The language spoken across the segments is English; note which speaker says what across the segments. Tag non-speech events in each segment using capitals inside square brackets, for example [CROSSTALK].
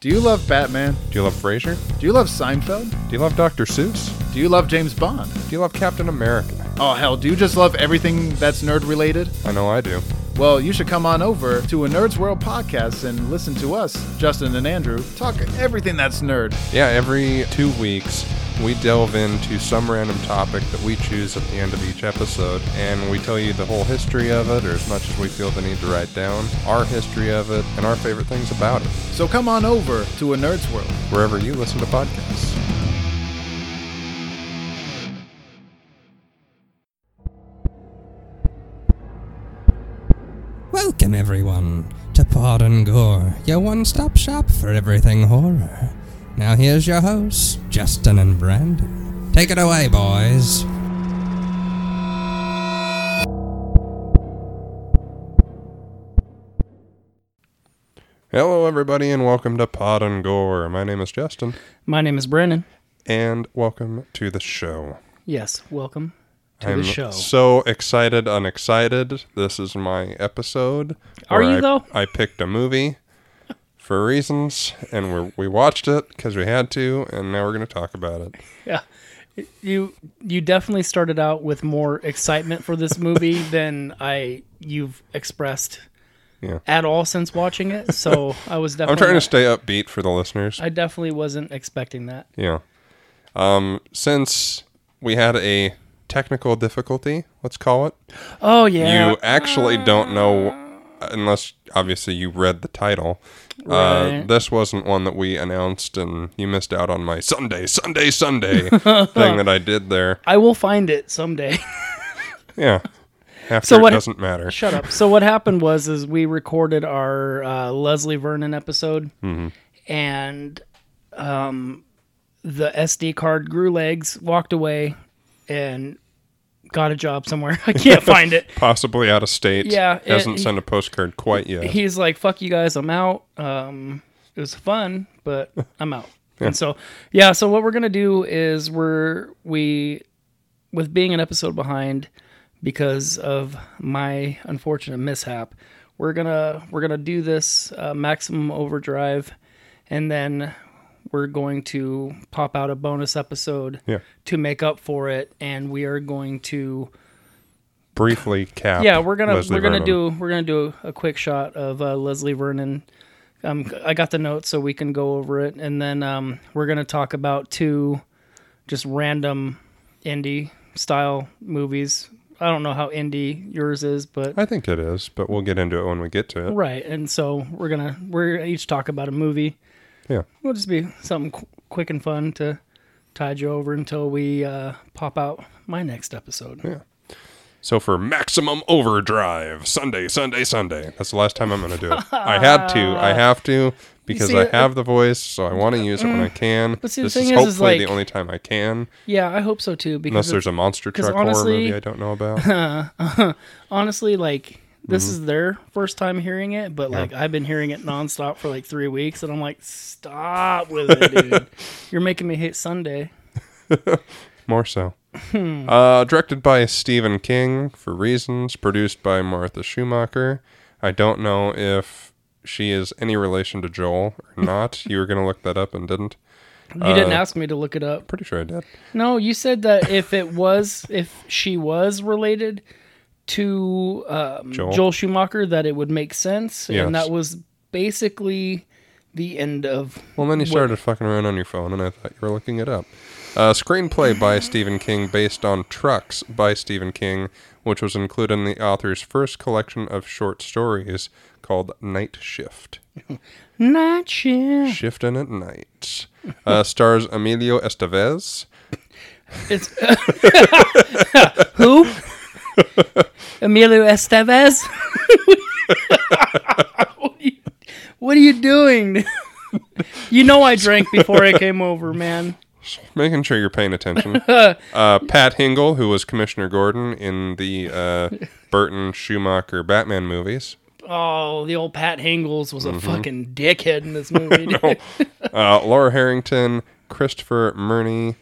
Speaker 1: Do you love Batman?
Speaker 2: Do you love Frasier?
Speaker 1: Do you love Seinfeld?
Speaker 2: Do you love Dr. Seuss?
Speaker 1: Do you love James Bond?
Speaker 2: Do you love Captain America?
Speaker 1: Oh, hell, do you just love everything that's nerd related?
Speaker 2: I know I do.
Speaker 1: Well, you should come on over to a Nerd's World podcast and listen to us, Justin and Andrew, talk everything that's nerd.
Speaker 2: Yeah, every two weeks we delve into some random topic that we choose at the end of each episode, and we tell you the whole history of it, or as much as we feel the need to write down, our history of it, and our favorite things about it,
Speaker 1: So come on over to a Nerd's World.
Speaker 2: wherever you listen to podcasts.
Speaker 3: Welcome, everyone, to Pod and Gore, your one stop shop for everything horror. Now, here's your hosts, Justin and Brandon. Take it away, boys.
Speaker 2: Hello, everybody, and welcome to Pod and Gore. My name is Justin,
Speaker 4: My name is Brennan.
Speaker 2: and welcome to the show.
Speaker 4: Yes, welcome to
Speaker 2: I'm
Speaker 4: the show.
Speaker 2: so excited, unexcited. This is my episode.
Speaker 4: Are
Speaker 2: where
Speaker 4: you,
Speaker 2: I,
Speaker 4: though?
Speaker 2: I picked a movie for reasons, and we we watched it because we had to, and now we're going to talk about it.
Speaker 4: Yeah. You you definitely started out with more excitement for
Speaker 2: [LAUGHS]
Speaker 4: this movie than I you've expressed
Speaker 2: Yeah.
Speaker 4: at all since watching it. So
Speaker 2: [LAUGHS]
Speaker 4: I was definitely
Speaker 2: I'm trying to stay upbeat for the listeners.
Speaker 4: I definitely wasn't expecting that.
Speaker 2: yeah. Um, since we had a technical difficulty, let's call it,
Speaker 4: Oh yeah.
Speaker 2: you actually don't know unless obviously you read the title. Uh,
Speaker 4: Right.
Speaker 2: this wasn't one that we announced, and you missed out on my Sunday, Sunday, Sunday [LAUGHS] thing that I did there.
Speaker 4: I will find it someday.
Speaker 2: Yeah, after
Speaker 4: So
Speaker 2: it
Speaker 4: what-
Speaker 2: doesn't matter.
Speaker 4: Shut up. So what happened was is we recorded our uh, Leslie Vernon episode, and um, the SD card grew legs, walked away, and got a job somewhere. [LAUGHS] I can't find it.
Speaker 2: Possibly out of state.
Speaker 4: Yeah, it-
Speaker 2: hasn't sent a postcard quite yet.
Speaker 4: He's like, "Fuck you guys, I'm out." Um, it was fun, but I'm out. And so, yeah. So what we're gonna do is we're we with being an episode behind because of my unfortunate mishap. We're gonna we're gonna do this uh, maximum overdrive, and then we're going to pop out a bonus episode
Speaker 2: Yeah.
Speaker 4: to make up for it, and we are going to
Speaker 2: Briefly cap.
Speaker 4: yeah we're gonna
Speaker 2: Leslie
Speaker 4: we're gonna
Speaker 2: Vernon.
Speaker 4: do we're gonna do a quick shot of uh, Leslie Vernon. Um, I got the notes so we can go over it, and then um, we're gonna talk about two just random indie style movies. I don't know how indie yours is, but
Speaker 2: I think it is, but we'll get into it when we get to it.
Speaker 4: right. And so we're gonna we're gonna each talk about a movie.
Speaker 2: Yeah.
Speaker 4: It'll just be something qu- quick and fun to tide you over until we uh, pop out my next episode.
Speaker 2: So for maximum overdrive, Sunday, Sunday, Sunday. That's the last time I'm going to do it. I had to.
Speaker 4: [LAUGHS]
Speaker 2: I have to because
Speaker 4: see,
Speaker 2: I
Speaker 4: uh,
Speaker 2: have the voice, so I want to use it when I can.
Speaker 4: But see, the
Speaker 2: this
Speaker 4: thing
Speaker 2: is
Speaker 4: is, is
Speaker 2: hopefully the
Speaker 4: like-
Speaker 2: only time I can,
Speaker 4: Yeah, I hope so too. Because
Speaker 2: unless
Speaker 4: it's-
Speaker 2: there's a monster
Speaker 4: 'cause
Speaker 2: truck horror
Speaker 4: honestly-
Speaker 2: movie I don't
Speaker 4: [LAUGHS]
Speaker 2: know about.
Speaker 4: honestly, like this is their first time hearing it, but like I've been hearing it nonstop for like three weeks, and I'm like, stop with it, dude. You're making me hate Sunday.
Speaker 2: More so.
Speaker 4: Hmm.
Speaker 2: Uh, directed by Stephen King for reasons. Produced by Martha Schumacher. I don't know if she is any relation to Joel or not.
Speaker 4: [LAUGHS]
Speaker 2: you were going to look that up and didn't.
Speaker 4: You didn't ask me to look it up.
Speaker 2: Pretty sure I did.
Speaker 4: No, you said that if it was, if she was related to um,
Speaker 2: Joel.
Speaker 4: Joel. Schumacher, that it would make sense,
Speaker 2: Yes.
Speaker 4: and that was basically the end of.
Speaker 2: Well, then you started fucking around on your phone, and I thought you were looking it up. Uh, screenplay by Stephen King, based on Trucks by Stephen King, which was included in the author's first collection of short stories called Night Shift.
Speaker 4: Not sure.
Speaker 2: Shifting at night. Uh, stars Emilio Estevez.
Speaker 4: It's [LAUGHS] who? Emilio Estevez. [LAUGHS] what, are you, what are you doing? you know I drank before I came over, man.
Speaker 2: Making sure you're paying attention. Uh, Pat Hingle, who was Commissioner Gordon in the uh, Burton Schumacher Batman movies.
Speaker 4: Oh, the old Pat Hingles was a
Speaker 2: Mm-hmm.
Speaker 4: fucking dickhead in
Speaker 2: [LAUGHS]
Speaker 4: this movie. [LAUGHS] dude.
Speaker 2: uh, Laura Harrington, Christopher Murney,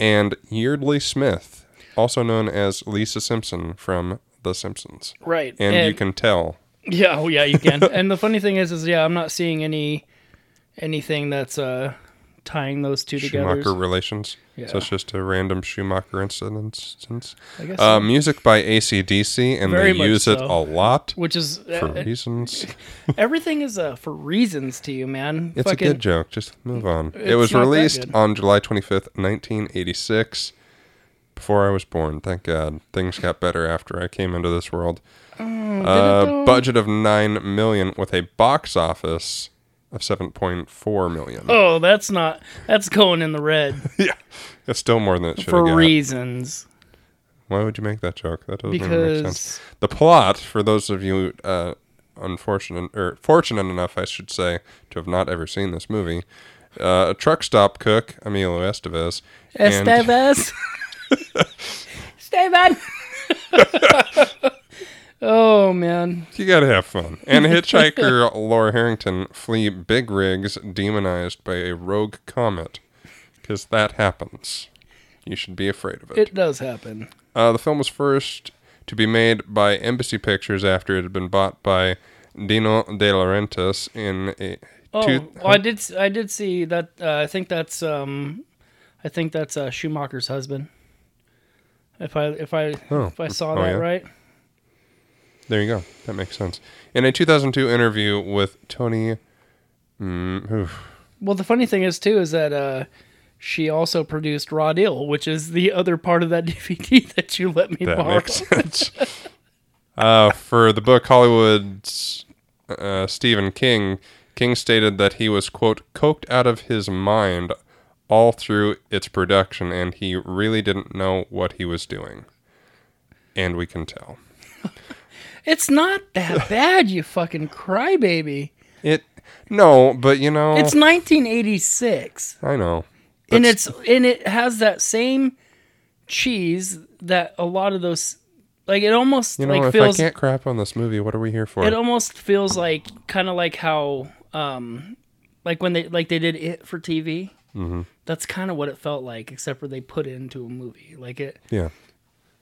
Speaker 2: and Yeardley Smith, also known as Lisa Simpson from The Simpsons.
Speaker 4: Right. [LAUGHS]
Speaker 2: And, you can tell.
Speaker 4: Yeah, oh yeah, you can. and the funny thing is, is yeah, I'm not seeing any anything that's uh, tying those two together.
Speaker 2: Schumacher relations.
Speaker 4: Yeah.
Speaker 2: So it's just a random Schumacher incident. instance.
Speaker 4: I guess
Speaker 2: Uh,
Speaker 4: so.
Speaker 2: music by ACDC, and
Speaker 4: Very
Speaker 2: they
Speaker 4: much
Speaker 2: use it
Speaker 4: so.
Speaker 2: a
Speaker 4: [LAUGHS]
Speaker 2: lot
Speaker 4: Which is
Speaker 2: for
Speaker 4: uh,
Speaker 2: reasons.
Speaker 4: everything is uh, for reasons to you, man.
Speaker 2: It's
Speaker 4: Fucking,
Speaker 2: a good joke. Just move on. It
Speaker 4: it's
Speaker 2: was
Speaker 4: not that
Speaker 2: released
Speaker 4: good.
Speaker 2: on July 25th, 1986, before I was born. Thank God. Things got better after I came into this world.
Speaker 4: Oh, it though?
Speaker 2: Uh, budget of 9 million with a box office of 7.4 million.
Speaker 4: Oh, that's not. That's going in the red
Speaker 2: [LAUGHS] yeah. It's still more than it should have
Speaker 4: for
Speaker 2: got.
Speaker 4: reasons.
Speaker 2: Why would you make that joke? That doesn't even make sense.
Speaker 4: Because
Speaker 2: The plot, for those of you uh, unfortunate or fortunate enough, I should say, to have not ever seen this movie, uh, a truck stop cook Emilio Estevez and-
Speaker 4: Estevez.
Speaker 2: [LAUGHS]
Speaker 4: Esteban. [LAUGHS] oh man,
Speaker 2: you gotta have fun.
Speaker 4: [LAUGHS]
Speaker 2: And hitchhiker Laura Harrington flee big rigs demonized by a rogue comet, because that happens. You should be afraid of it.
Speaker 4: it does happen.
Speaker 2: Uh, the film was first to be made by Embassy Pictures after it had been bought by Dino De Laurentiis in a.
Speaker 4: Oh,
Speaker 2: two-
Speaker 4: well, I did. s- I did see that. Uh, I think that's. Um, I think that's uh, Schumacher's husband. If I if I
Speaker 2: Oh.
Speaker 4: if I saw
Speaker 2: Oh,
Speaker 4: that
Speaker 2: yeah?
Speaker 4: right,
Speaker 2: There you go. That makes sense. In a 2002 interview with Tony, mm, oof,
Speaker 4: Well, the funny thing is too is that uh, she also produced Raw Deal, which is the other part of that [LAUGHS] DVD that you let me
Speaker 2: that
Speaker 4: borrow. [LAUGHS]
Speaker 2: makes sense. uh, for the book Hollywood's uh, Stephen King, King stated that he was quote coked out of his mind all through its production, and he really didn't know what he was doing. And we can tell.
Speaker 4: It's not
Speaker 2: [LAUGHS]
Speaker 4: that bad, you fucking crybaby.
Speaker 2: It no, but you know,
Speaker 4: It's 1986,
Speaker 2: I know.
Speaker 4: and
Speaker 2: That's-
Speaker 4: it's and it has that same cheese that a lot of those like it almost
Speaker 2: you know,
Speaker 4: like
Speaker 2: if
Speaker 4: feels
Speaker 2: I can't crap on this movie, what are we here for?
Speaker 4: it almost feels like kind of like how um like when they like they did it for TV. Mm-hmm. That's kind of what it felt like, except for they put it into a movie. Like it,
Speaker 2: yeah,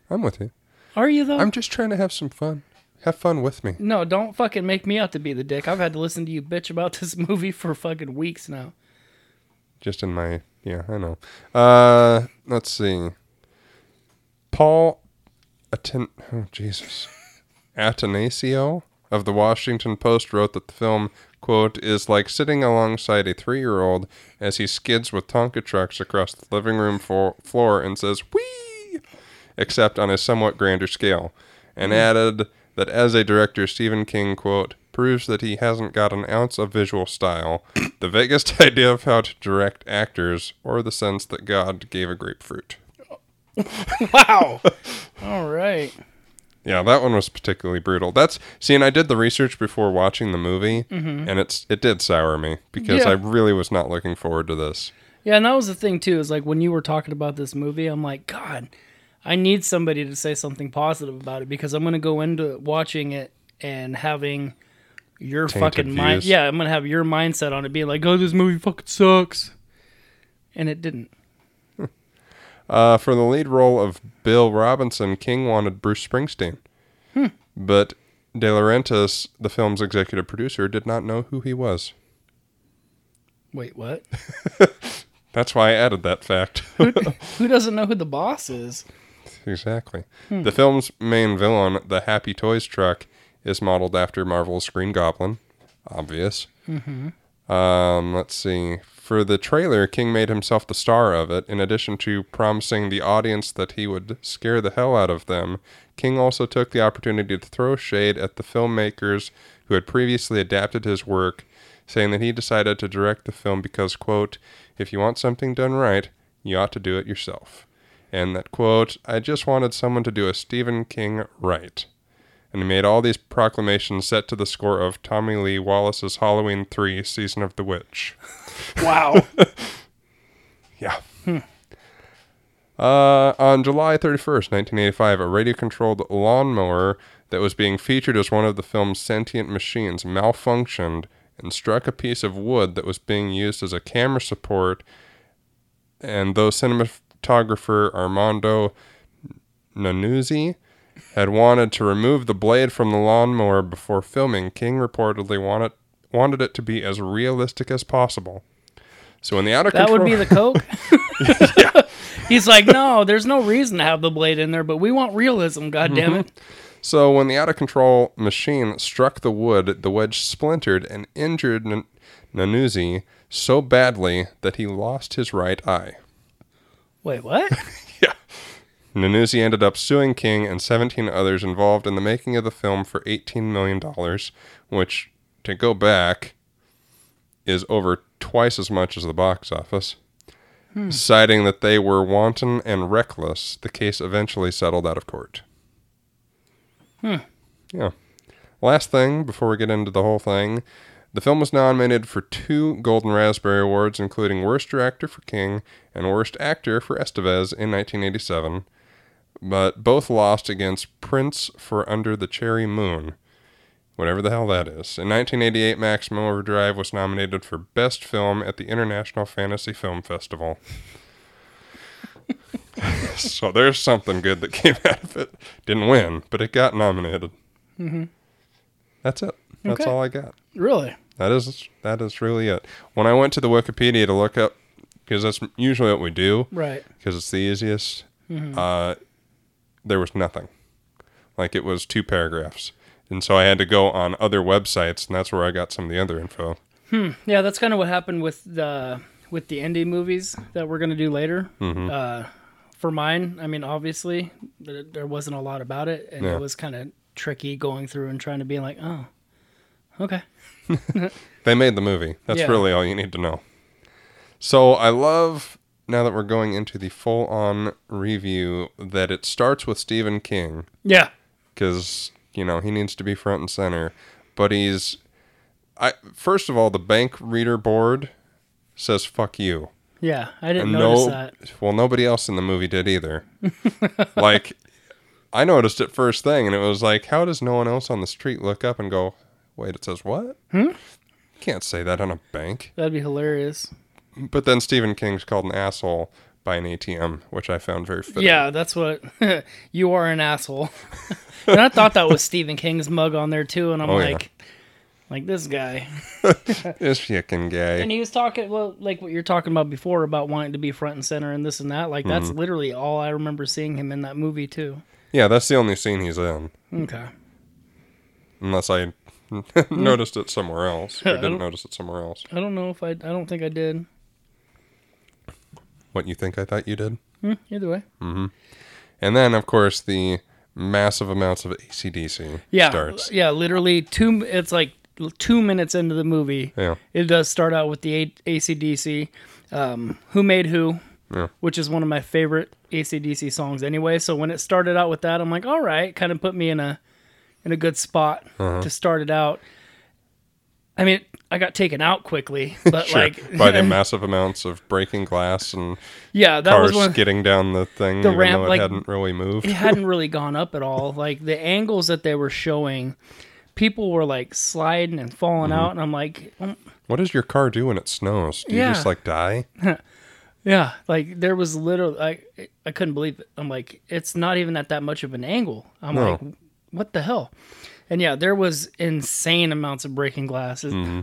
Speaker 2: I'm with you.
Speaker 4: Are you though?
Speaker 2: I'm just trying to have some fun. Have fun with me.
Speaker 4: no, don't fucking make me out to be the dick. I've had to listen to you bitch about this [LAUGHS] movie for fucking weeks now.
Speaker 2: Just in my yeah, I know. Uh let's see. Paul Aten oh Jesus. Atanasio of the Washington Post wrote that the film, quote, is like sitting alongside a three year old as he skids with Tonka trucks across the living room fo- floor and says, Whee! Except on a somewhat grander scale. And added that as a director, Stephen King, quote, proves that he hasn't got an ounce of visual style, the vaguest idea of how to direct actors, or the sense that God gave a grapefruit.
Speaker 4: Wow. All right.
Speaker 2: Yeah, that one was particularly brutal. That's see, and I did the research before watching the movie, and it's it did sour me because
Speaker 4: Yeah.
Speaker 2: I really was not looking forward to this.
Speaker 4: Yeah, and that was the thing too. Is like when you were talking about this movie, I'm like, God, I need somebody to say something positive about it because I'm gonna go into watching it and having your
Speaker 2: Tainted
Speaker 4: fucking mind.
Speaker 2: views.
Speaker 4: Yeah, I'm gonna have your mindset on it, being like, Oh, this movie fucking sucks, and it didn't.
Speaker 2: Uh, for the lead role of Bill Robinson, King wanted Bruce Springsteen, but De Laurentiis, the film's executive producer, did not know who he was.
Speaker 4: Wait, what? [LAUGHS]
Speaker 2: That's why I added that fact.
Speaker 4: Who doesn't know who the boss is?
Speaker 2: [LAUGHS] exactly. The film's main villain, the Happy Toys truck, is modeled after Marvel's Green Goblin. Obvious. Um, let's see. For the trailer, King made himself the star of it. In addition to promising the audience that he would scare the hell out of them, King also took the opportunity to throw shade at the filmmakers who had previously adapted his work, saying that he decided to direct the film because, quote, if you want something done right, you ought to do it yourself. And that, quote, I just wanted someone to do a Stephen King right and he made all these proclamations set to the score of Tommy Lee Wallace's Halloween 3 Season of the Witch.
Speaker 4: Wow.
Speaker 2: Yeah. Uh, on July 31st, 1985, a radio controlled lawnmower that was being featured as one of the film's sentient machines malfunctioned and struck a piece of wood that was being used as a camera support. And though cinematographer Armando Nanuzzi had wanted to remove the blade from the lawnmower before filming, King reportedly wanted, wanted it to be as realistic as possible. So in the out of
Speaker 4: That
Speaker 2: control,
Speaker 4: would be the Coke.
Speaker 2: [LAUGHS]
Speaker 4: [LAUGHS] He's like, no, there's no reason to have the blade in there, but we want realism. God damn it!
Speaker 2: Mm-hmm. So when the out of control machine struck the wood, the wedge splintered and injured N- Nanuzzi so badly that he lost his right eye.
Speaker 4: Wait, what?
Speaker 2: Nanuzzi ended up suing King and 17 others involved in the making of the film for $18 million, which, to go back, is over twice as much as the box office. Citing that they were wanton and reckless, the case eventually settled out of court. Yeah. Last thing before we get into the whole thing, the film was nominated for two Golden Raspberry Awards, including Worst Director for King and Worst Actor for Estevez in 1987, but both lost against Prince for Under the Cherry Moon, whatever the hell that is. In 1988, Maximum Overdrive was nominated for Best Film at the International Fantasy Film Festival. [LAUGHS] so there's something good that came [LAUGHS] out of it. Didn't win, but it got nominated. That's it. That's
Speaker 4: Okay.
Speaker 2: all I got.
Speaker 4: Really?
Speaker 2: That is that is really it. When I went to the Wikipedia to look up, because that's usually what we do,
Speaker 4: Right. Mm-hmm.
Speaker 2: because it's the easiest. Uh, there was nothing. Like it was two paragraphs, and so I had to go on other websites, and that's where I got some of the other info.
Speaker 4: Yeah, that's kind of what happened with the with the indie movies that we're gonna do later.
Speaker 2: Mm-hmm.
Speaker 4: Uh, for mine, I mean, obviously there there wasn't a lot about it, and
Speaker 2: Yeah.
Speaker 4: it was kind of tricky going through and trying to be like, oh, okay,
Speaker 2: They made the movie. That's
Speaker 4: Yeah.
Speaker 2: really all you need to know. So I love now that we're going into the full-on review that it starts with Stephen King.
Speaker 4: yeah,
Speaker 2: because you know he needs to be front and center. But he's, I first of all, the bank reader board says "fuck you,"
Speaker 4: yeah. I didn't
Speaker 2: and
Speaker 4: notice
Speaker 2: no,
Speaker 4: that.
Speaker 2: well, nobody else in the movie did either. [LAUGHS] like, I noticed it first thing, and it was like, how does no one else on the street look up and go, "Wait, it says what?" Hmm? Can't say that on a bank.
Speaker 4: That'd be hilarious.
Speaker 2: But then Stephen King's called an asshole by an ATM, which I found very fitting.
Speaker 4: Yeah, that's what [LAUGHS] you are an asshole. [LAUGHS] and I thought
Speaker 2: [LAUGHS]
Speaker 4: that was Stephen King's mug on there too, and I'm
Speaker 2: Oh, yeah.
Speaker 4: like, like this guy.
Speaker 2: this fucking guy.
Speaker 4: And he was talking, well, like what you're talking about before about wanting to be front and center and this and that. Like that's literally all I remember seeing him in that movie too.
Speaker 2: yeah, that's the only scene he's in.
Speaker 4: Okay,
Speaker 2: unless
Speaker 4: [LAUGHS]
Speaker 2: I noticed it somewhere else or didn't
Speaker 4: Hmm. don't-
Speaker 2: notice it somewhere else.
Speaker 4: I don't know if I, I don't think I did.
Speaker 2: What you think I thought you did?
Speaker 4: Hmm, either way,
Speaker 2: And then, of course, the massive amounts of ACDC
Speaker 4: yeah,
Speaker 2: starts.
Speaker 4: yeah, literally two. It's like two minutes into the movie.
Speaker 2: Yeah,
Speaker 4: It does start out with the A- ACDC, um, Who Made Who,
Speaker 2: Yeah.
Speaker 4: which is one of my favorite ACDC songs anyway. So when it started out with that, I'm like, all right, kind of put me in a in a good spot
Speaker 2: Uh-huh.
Speaker 4: to start it out. I mean, I got taken
Speaker 2: [LAUGHS]
Speaker 4: out quickly, but
Speaker 2: sure.
Speaker 4: like,
Speaker 2: By
Speaker 4: [LAUGHS]
Speaker 2: the massive amounts of breaking glass and
Speaker 4: yeah, that was
Speaker 2: cars
Speaker 4: one.
Speaker 2: skidding down the thing, even
Speaker 4: ramp,
Speaker 2: though it
Speaker 4: like-
Speaker 2: hadn't really moved.
Speaker 4: it hadn't really gone up at all. Like the angles that they were showing, people were like sliding and falling
Speaker 2: Mm-hmm.
Speaker 4: out, and I'm like, "Mm,
Speaker 2: What does your car do when it snows? Do you just
Speaker 4: Yeah.
Speaker 2: like
Speaker 4: [LAUGHS]
Speaker 2: die?
Speaker 4: Yeah, like there was literally, I I couldn't believe it. I'm like, it's not even at that much of an angle. I'm
Speaker 2: No.
Speaker 4: like, what the hell? And yeah, there was insane amounts of breaking glass. It-
Speaker 2: Mm-hmm.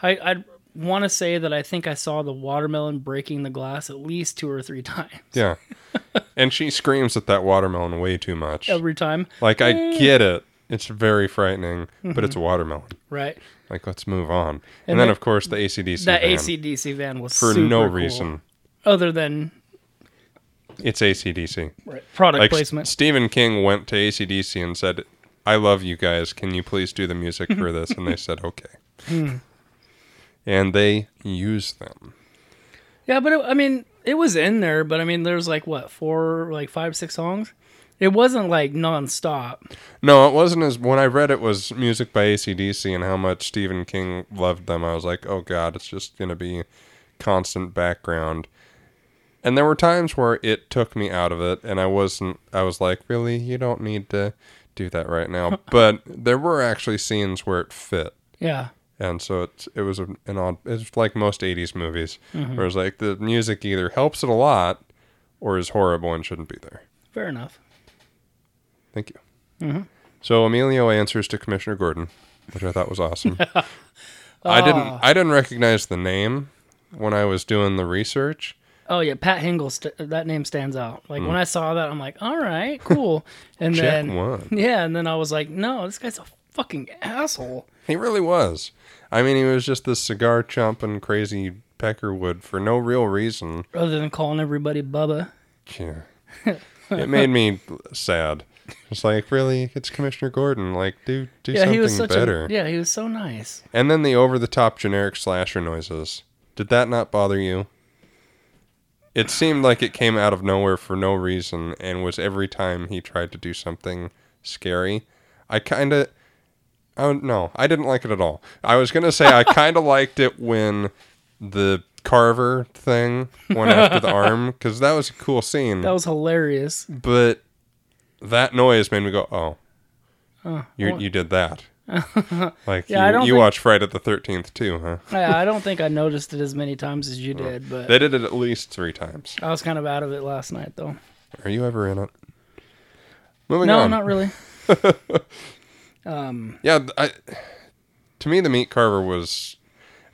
Speaker 4: I I want to say that I think I saw the watermelon breaking the glass at least two or three [LAUGHS] times.
Speaker 2: Yeah. and she screams at that watermelon way too much.
Speaker 4: Every time,
Speaker 2: Like I get it. It's very frightening, but it's a watermelon.
Speaker 4: right?
Speaker 2: Like let's move on. And,
Speaker 4: Mm-hmm. And
Speaker 2: then,
Speaker 4: that-
Speaker 2: of course the ACDC
Speaker 4: That
Speaker 2: van,
Speaker 4: ACDC van was
Speaker 2: for
Speaker 4: super
Speaker 2: no
Speaker 4: cool.
Speaker 2: reason.
Speaker 4: other than
Speaker 2: It's ACDC.
Speaker 4: right, product
Speaker 2: Like
Speaker 4: placement.
Speaker 2: S- Stephen King went to ACDC and said, I love you guys. Can you please do the music for this? And they said,
Speaker 4: [LAUGHS]
Speaker 2: okay.
Speaker 4: Hmm.
Speaker 2: and they use them.
Speaker 4: Yeah, but it, I mean, it was in there, but I mean, there's like what four, like five, six songs. It wasn't like nonstop.
Speaker 2: No, it wasn't as when I read it was music by ACDC and how much Stephen King loved them. I was like, oh God, it's just going to be constant background. And there were times where it took me out of it, and I wasn't, I was like, really? You don't need to do that right now. but there were actually scenes where it fit.
Speaker 4: Yeah,
Speaker 2: and so it's it was an odd it's like most 80s movies where it's like the music either helps it a lot or is horrible and shouldn't be there
Speaker 4: fair enough.
Speaker 2: thank you
Speaker 4: Mm-hmm. [LAUGHS]
Speaker 2: so emilio answers to commissioner gordon which i thought was awesome I
Speaker 4: Ah.
Speaker 2: didn't I didn't recognize the name when I was doing the research.
Speaker 4: Oh yeah, Pat Hingle. St- that name stands out. Like when I saw that, I'm like, all right,
Speaker 2: [LAUGHS]
Speaker 4: cool. And
Speaker 2: Hmm. Check
Speaker 4: then
Speaker 2: one.
Speaker 4: [LAUGHS] yeah, and then I was like, no, this guy's a fucking asshole.
Speaker 2: He really was. I mean, he was just this cigar chomping crazy peckerwood for no real reason.
Speaker 4: Other than calling everybody Bubba. [LAUGHS]
Speaker 2: Yeah. it made me sad. It's like, really? It's Commissioner Gordon. Like, do do
Speaker 4: Yeah,
Speaker 2: something
Speaker 4: he was such
Speaker 2: better. Hmm.
Speaker 4: a yeah, he was so nice.
Speaker 2: And then the over the top generic slasher noises. Did that not bother you? It seemed like it came out of nowhere for no reason and was every time he tried to do something scary. I kind of. Oh, no. I didn't like it at all. I was going to say I kind of liked it when the carver thing went after the arm because that was a cool scene.
Speaker 4: That was hilarious.
Speaker 2: [LAUGHS] but that noise made me go, oh. you,
Speaker 4: well-
Speaker 2: you did
Speaker 4: [LAUGHS]
Speaker 2: that. like,
Speaker 4: Yeah, I
Speaker 2: you,
Speaker 4: don't
Speaker 2: you
Speaker 4: think-
Speaker 2: watched Friday the 13th, too, huh?
Speaker 4: I, I don't think I noticed it as many times as you did, but
Speaker 2: They did it at least three times.
Speaker 4: I was kind of out of it last night though.
Speaker 2: Are you ever in it? Moving
Speaker 4: No,
Speaker 2: on.
Speaker 4: not really.
Speaker 2: Yeah, th- I, to me, the meat carver was.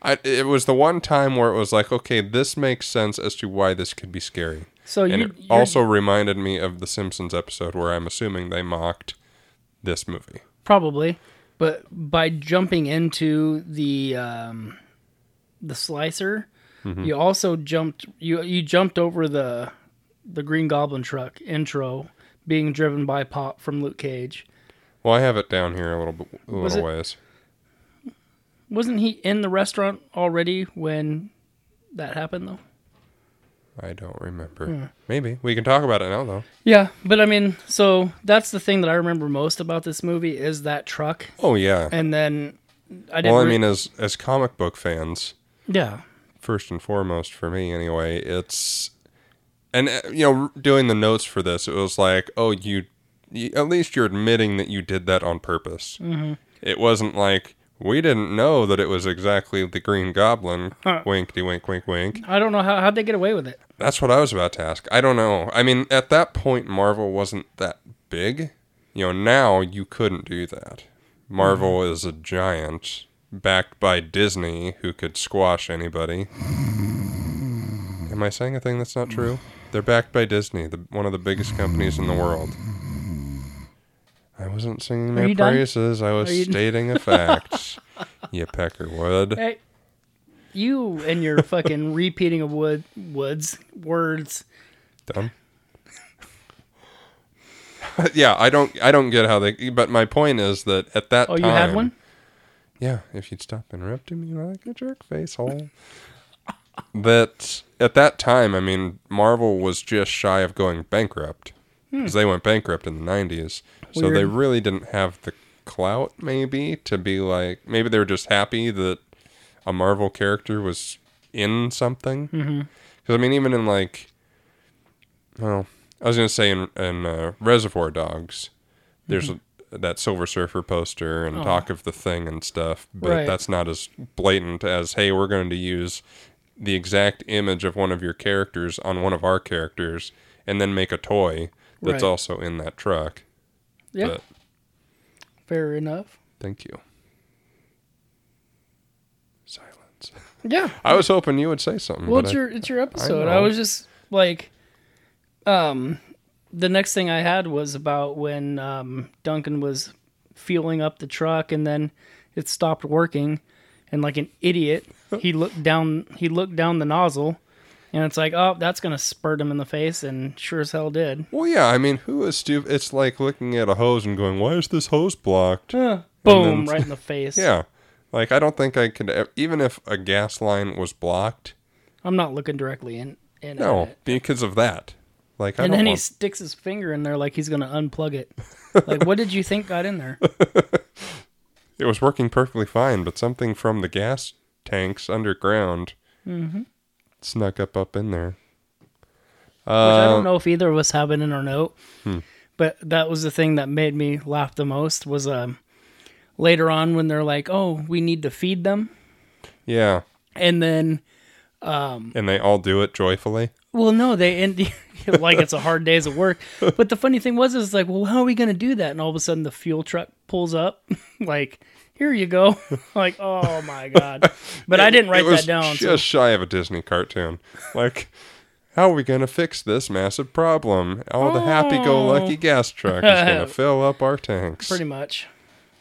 Speaker 2: I, it was the one time where it was like, okay, this makes sense as to why this could be scary.
Speaker 4: So
Speaker 2: and
Speaker 4: you
Speaker 2: it
Speaker 4: you're-
Speaker 2: also reminded me of the Simpsons episode where I'm assuming they mocked this movie.
Speaker 4: probably, but by jumping into the um, the slicer,
Speaker 2: Mm-hmm.
Speaker 4: you also jumped you you jumped over the the Green Goblin truck intro being driven by Pop from Luke Cage.
Speaker 2: Well, I have it down here a little bit, a
Speaker 4: Was
Speaker 2: little
Speaker 4: it-
Speaker 2: ways.
Speaker 4: Wasn't he in the restaurant already when that happened though?
Speaker 2: I don't remember. Maybe we can talk about it now, though.
Speaker 4: Yeah, but I mean, so that's the thing that I remember most about this movie is that truck,
Speaker 2: Oh yeah.
Speaker 4: and then I didn't.
Speaker 2: well, I
Speaker 4: re-
Speaker 2: mean, uh as as comic book fans,
Speaker 4: yeah,
Speaker 2: first and foremost for me anyway it's and uh, you know doing the notes for this it was like oh you, you at least you're admitting that you did that on purpose it wasn't like we didn't know that it was exactly the green goblin winkety wink wink wink
Speaker 4: I don't know how how'd they get away with it.
Speaker 2: that's what i was about to ask i don't know i mean at that point marvel wasn't that big you know now you couldn't do that marvel is a giant backed by disney who could squash anybody Am I saying a thing that's not true? They're backed by Disney, the, one of the biggest companies in the world. I wasn't singing
Speaker 4: you
Speaker 2: their
Speaker 4: done?
Speaker 2: praises. I was
Speaker 4: Are you-
Speaker 2: stating a
Speaker 4: [LAUGHS]
Speaker 2: fact. you peckerwood.
Speaker 4: Hey, you and
Speaker 2: [LAUGHS]
Speaker 4: your fucking repeating of wood woods words.
Speaker 2: Dumb. [LAUGHS] yeah, I don't. I don't get how they. But my point is that at that
Speaker 4: Oh,
Speaker 2: time.
Speaker 4: you had one?
Speaker 2: Yeah, if you'd stop interrupting me like a jerk face hole. [LAUGHS] that at that time, I mean, Marvel was just shy of going bankrupt because they went bankrupt in the 90s. So they
Speaker 4: Hmm. Weird.
Speaker 2: really didn't have the clout, maybe, to be like, maybe they were just happy that a Marvel character was in something.
Speaker 4: Mm-hmm.
Speaker 2: Because, I mean, even in like, well, I was going to say in, in uh, Reservoir Dogs, there's
Speaker 4: Mm-hmm.
Speaker 2: a, that Silver Surfer poster and talk of the thing and stuff, but
Speaker 4: Oh. Right.
Speaker 2: that's not as blatant as hey, we're going to use the exact image of one of your characters on one of our characters and then make a toy that's
Speaker 4: Right.
Speaker 2: also in that truck.
Speaker 4: Yeah,
Speaker 2: But
Speaker 4: fair enough.
Speaker 2: thank you. Silence.
Speaker 4: Yeah,
Speaker 2: I was hoping you would say something.
Speaker 4: well,
Speaker 2: but
Speaker 4: it's
Speaker 2: I-
Speaker 4: your it's your episode. I,
Speaker 2: know.
Speaker 4: was just like, um, the next thing I had was about when um Duncan was fueling up the truck and then it stopped working, and like an
Speaker 2: [LAUGHS]
Speaker 4: idiot, he looked down he looked down the nozzle, and it's like, oh, that's gonna spurt him in the face, and sure as hell did.
Speaker 2: well, yeah. I mean, who is stupid? It's like looking at a hose and going, "Why is this hose blocked?"
Speaker 4: Boom! Right in the face.
Speaker 2: [LAUGHS] Yeah. Like I don't think I could ev- even if a gas line was blocked.
Speaker 4: I'm not looking directly in. in at
Speaker 2: No,
Speaker 4: it.
Speaker 2: because of that. Like I
Speaker 4: And
Speaker 2: don't
Speaker 4: then he
Speaker 2: want,
Speaker 4: sticks his finger in there like he's gonna
Speaker 2: [LAUGHS]
Speaker 4: unplug it. like, what did you think got in there?
Speaker 2: it was working perfectly fine, but something from the gas tanks underground
Speaker 4: Mm-hmm.
Speaker 2: snuck up up in there.
Speaker 4: Which I
Speaker 2: Um,
Speaker 4: don't know if either of us have it in our note,
Speaker 2: hmm.
Speaker 4: but that was the thing that made me laugh the most was um, later on when they're like, "Oh, we need to feed them,"
Speaker 2: Yeah,
Speaker 4: and then
Speaker 2: and they all do it joyfully.
Speaker 4: well, no, they end [LAUGHS] like it's a hard day's of work. But the funny thing was, is [LAUGHS] like, well, how are we gonna do that? And all of a sudden, the fuel truck pulls up, like here you go. [LAUGHS] like, oh my god. But I didn't write
Speaker 2: it was
Speaker 4: that down.
Speaker 2: Just
Speaker 4: so-
Speaker 2: shy of a Disney cartoon. Like, how are we gonna fix this massive problem? All the happy-go-lucky gas truck is
Speaker 4: [LAUGHS]
Speaker 2: gonna fill up our tanks.
Speaker 4: Oh. pretty much.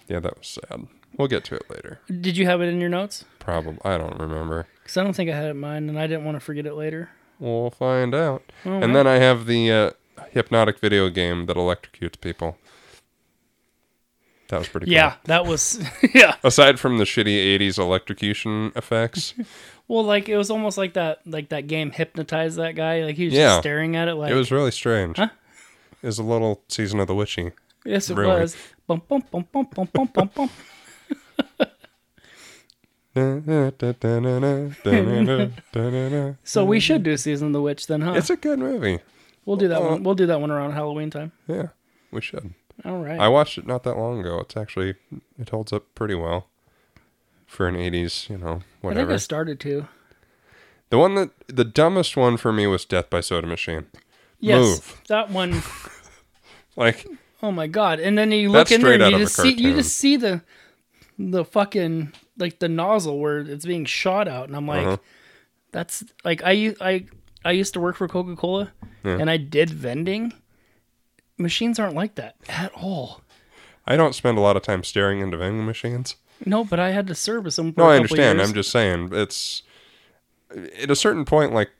Speaker 2: yeah, that was sad. We'll get to it later.
Speaker 4: Did you have it in your notes?
Speaker 2: Probably. I don't remember.
Speaker 4: Because I don't think I had it in mine, and I didn't want to forget it later.
Speaker 2: We'll find out. and then I have the uh, hypnotic video game that electrocutes people. That was pretty cool.
Speaker 4: Yeah, that [LAUGHS] was yeah.
Speaker 2: Aside from the shitty 80s electrocution
Speaker 4: [LAUGHS]
Speaker 2: effects,
Speaker 4: Well, like it was almost like that, like that game hypnotized that guy. Like he was
Speaker 2: Yeah.
Speaker 4: just staring at it. Like
Speaker 2: it was really strange. It was a little season of the witchy.
Speaker 4: yes, it
Speaker 2: really-
Speaker 4: was. Bum, bum, bum, bum, bum, bum, bum, bum.
Speaker 2: it's
Speaker 4: So we should do season of the witch then, huh?
Speaker 2: a good movie.
Speaker 4: we'll do that
Speaker 2: uh,
Speaker 4: one. We'll do that one around Halloween time.
Speaker 2: Yeah, we should.
Speaker 4: All right.
Speaker 2: I watched it not that long ago. It's actually it holds up pretty well for an 80s, you know,
Speaker 4: I think
Speaker 2: whatever.
Speaker 4: I started to.
Speaker 2: The one that the dumbest one for me was Death by Soda Machine.
Speaker 4: Yes,
Speaker 2: Move.
Speaker 4: that one
Speaker 2: Like
Speaker 4: Oh my god! And then you look
Speaker 2: That's
Speaker 4: in there,
Speaker 2: straight
Speaker 4: and
Speaker 2: out
Speaker 4: you
Speaker 2: of a
Speaker 4: just see you
Speaker 2: cartoon.
Speaker 4: just see the the fucking like the nozzle where it's being shot out, and I'm like,
Speaker 2: Uh-huh.
Speaker 4: that's like I u- I I used to work for Coca Cola, and I did vending. Machines aren't like that at all.
Speaker 2: I don't spend a lot of time staring into vending machines.
Speaker 4: No, but I had to service them. For
Speaker 2: No,
Speaker 4: a
Speaker 2: I
Speaker 4: couple
Speaker 2: understand.
Speaker 4: years.
Speaker 2: I'm just saying it's at a certain point like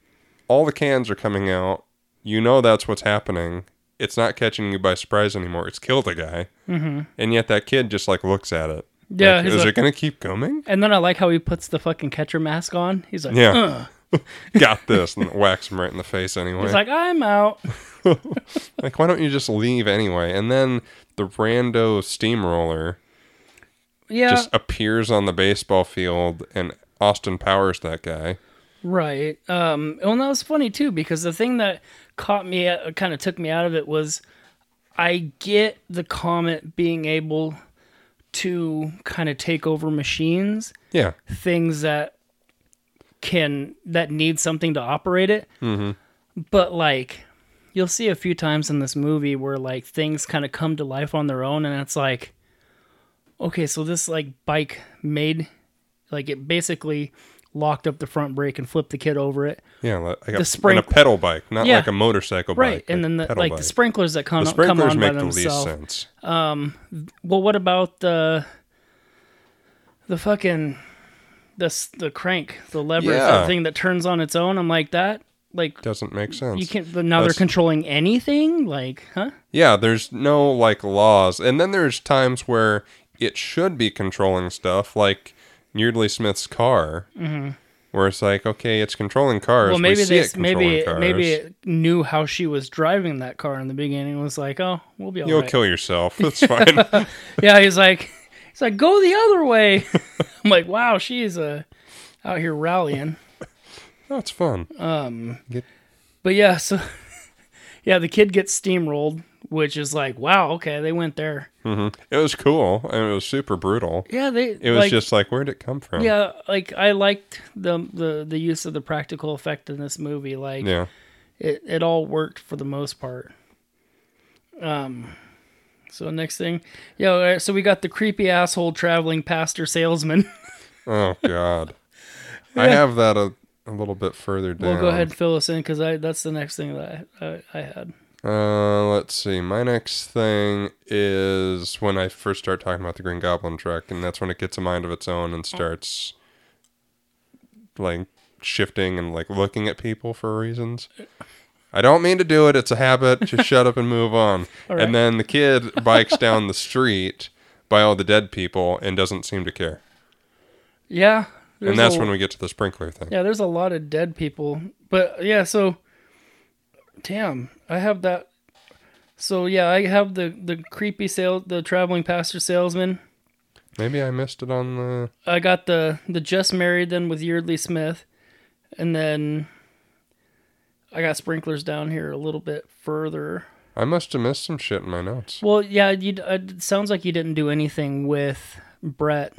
Speaker 2: all the cans are coming out. You know that's what's happening. It's not catching you by surprise anymore. It's killed a guy. Mm-hmm. And yet that kid just like looks at it.
Speaker 4: Yeah,
Speaker 2: Like,
Speaker 4: he's
Speaker 2: is
Speaker 4: like-
Speaker 2: it going to keep coming?
Speaker 4: And then I like how he puts the fucking catcher mask on. He's like,
Speaker 2: Yeah.
Speaker 4: "Ugh."
Speaker 2: [LAUGHS] Got this. And whacks him right in the face anyway.
Speaker 4: "Uh." He's like,
Speaker 2: [LAUGHS]
Speaker 4: I'm out.
Speaker 2: Like, why don't you just leave anyway? And then the rando steamroller
Speaker 4: Yeah,
Speaker 2: just appears on the baseball field and Austin Powers that guy.
Speaker 4: Right. Um, well, and that was funny too because the thing that caught me, uh, kind of took me out of it was, I get the comet being able to kind of take over machines,
Speaker 2: Yeah.
Speaker 4: things that can that need something to operate it.
Speaker 2: Mm-hmm.
Speaker 4: But like, you'll see a few times in this movie where like things kind of come to life on their own, and it's like, okay, so this like bike made, like it basically locked up the front brake and flipped the kid over it.
Speaker 2: Yeah. Like a,
Speaker 4: The spring-
Speaker 2: and a pedal bike, not
Speaker 4: Yeah.
Speaker 2: like a motorcycle
Speaker 4: Right,
Speaker 2: bike.
Speaker 4: and then the,
Speaker 2: pedal
Speaker 4: like
Speaker 2: bike.
Speaker 4: the sprinklers that come,
Speaker 2: The
Speaker 4: come
Speaker 2: sprinklers
Speaker 4: on by
Speaker 2: make the least
Speaker 4: themselves.
Speaker 2: sense.
Speaker 4: Well, what about the the fucking the s- the crank, the lever
Speaker 2: Yeah.
Speaker 4: the thing that turns on its own? I'm like that. Like
Speaker 2: Doesn't make sense.
Speaker 4: you can't. Now they're
Speaker 2: that's-
Speaker 4: controlling anything. Like, huh?
Speaker 2: Yeah, there's no like laws. And then there's times where it should be controlling stuff, like Yeardley Smith's car, mm-hmm. where it's like, okay, it's controlling cars.
Speaker 4: Well,
Speaker 2: We
Speaker 4: maybe
Speaker 2: see
Speaker 4: they
Speaker 2: it
Speaker 4: s- maybe
Speaker 2: controlling
Speaker 4: it, maybe
Speaker 2: cars.
Speaker 4: it knew how she was driving that car in the beginning. It was like, oh, we'll be all
Speaker 2: You'll
Speaker 4: right.
Speaker 2: kill
Speaker 4: [LAUGHS]
Speaker 2: yourself. That's fine.
Speaker 4: Yeah, he's like, he's like, go the other way. [LAUGHS] I'm like, wow, she's uh, out here rallying.
Speaker 2: That's fun.
Speaker 4: But yeah, so [LAUGHS] yeah, the kid gets steamrolled, which is like, wow, okay, they went there.
Speaker 2: It was cool and it was super brutal.
Speaker 4: Yeah, they.
Speaker 2: It was
Speaker 4: like,
Speaker 2: just like, where'd it come from?
Speaker 4: Yeah, like I liked the the the use of the practical effect in this movie. Like,
Speaker 2: Yeah.
Speaker 4: it it all worked for the most part. Um. So next thing, yeah. So we got the creepy asshole traveling pastor salesman. [LAUGHS]
Speaker 2: Oh, God. I have that a, a little bit further down.
Speaker 4: Well, go ahead and fill us in because I that's the next thing that I I, I had.
Speaker 2: Uh, let's see. My next thing is when I first start talking about the Green Goblin truck, and that's when it gets a mind of its own and starts like shifting and like looking at people for reasons. I don't mean to do it. It's a habit.
Speaker 4: [LAUGHS]
Speaker 2: Just shut up and move on.
Speaker 4: right.
Speaker 2: And then the kid bikes down the street by all the dead people and doesn't seem to care.
Speaker 4: Yeah.
Speaker 2: and that's when we get to the sprinkler thing.
Speaker 4: Yeah, there's a lot of dead people. But yeah, so damn, I have that. So yeah, I have the the creepy sale, the traveling pastor salesman.
Speaker 2: Maybe I missed it on the.
Speaker 4: I got the the just married then with Yeardley Smith, and then I got sprinklers down here a little bit further.
Speaker 2: I must have missed some shit in my notes.
Speaker 4: uh, Well, yeah, you. It sounds like you didn't do anything with Brett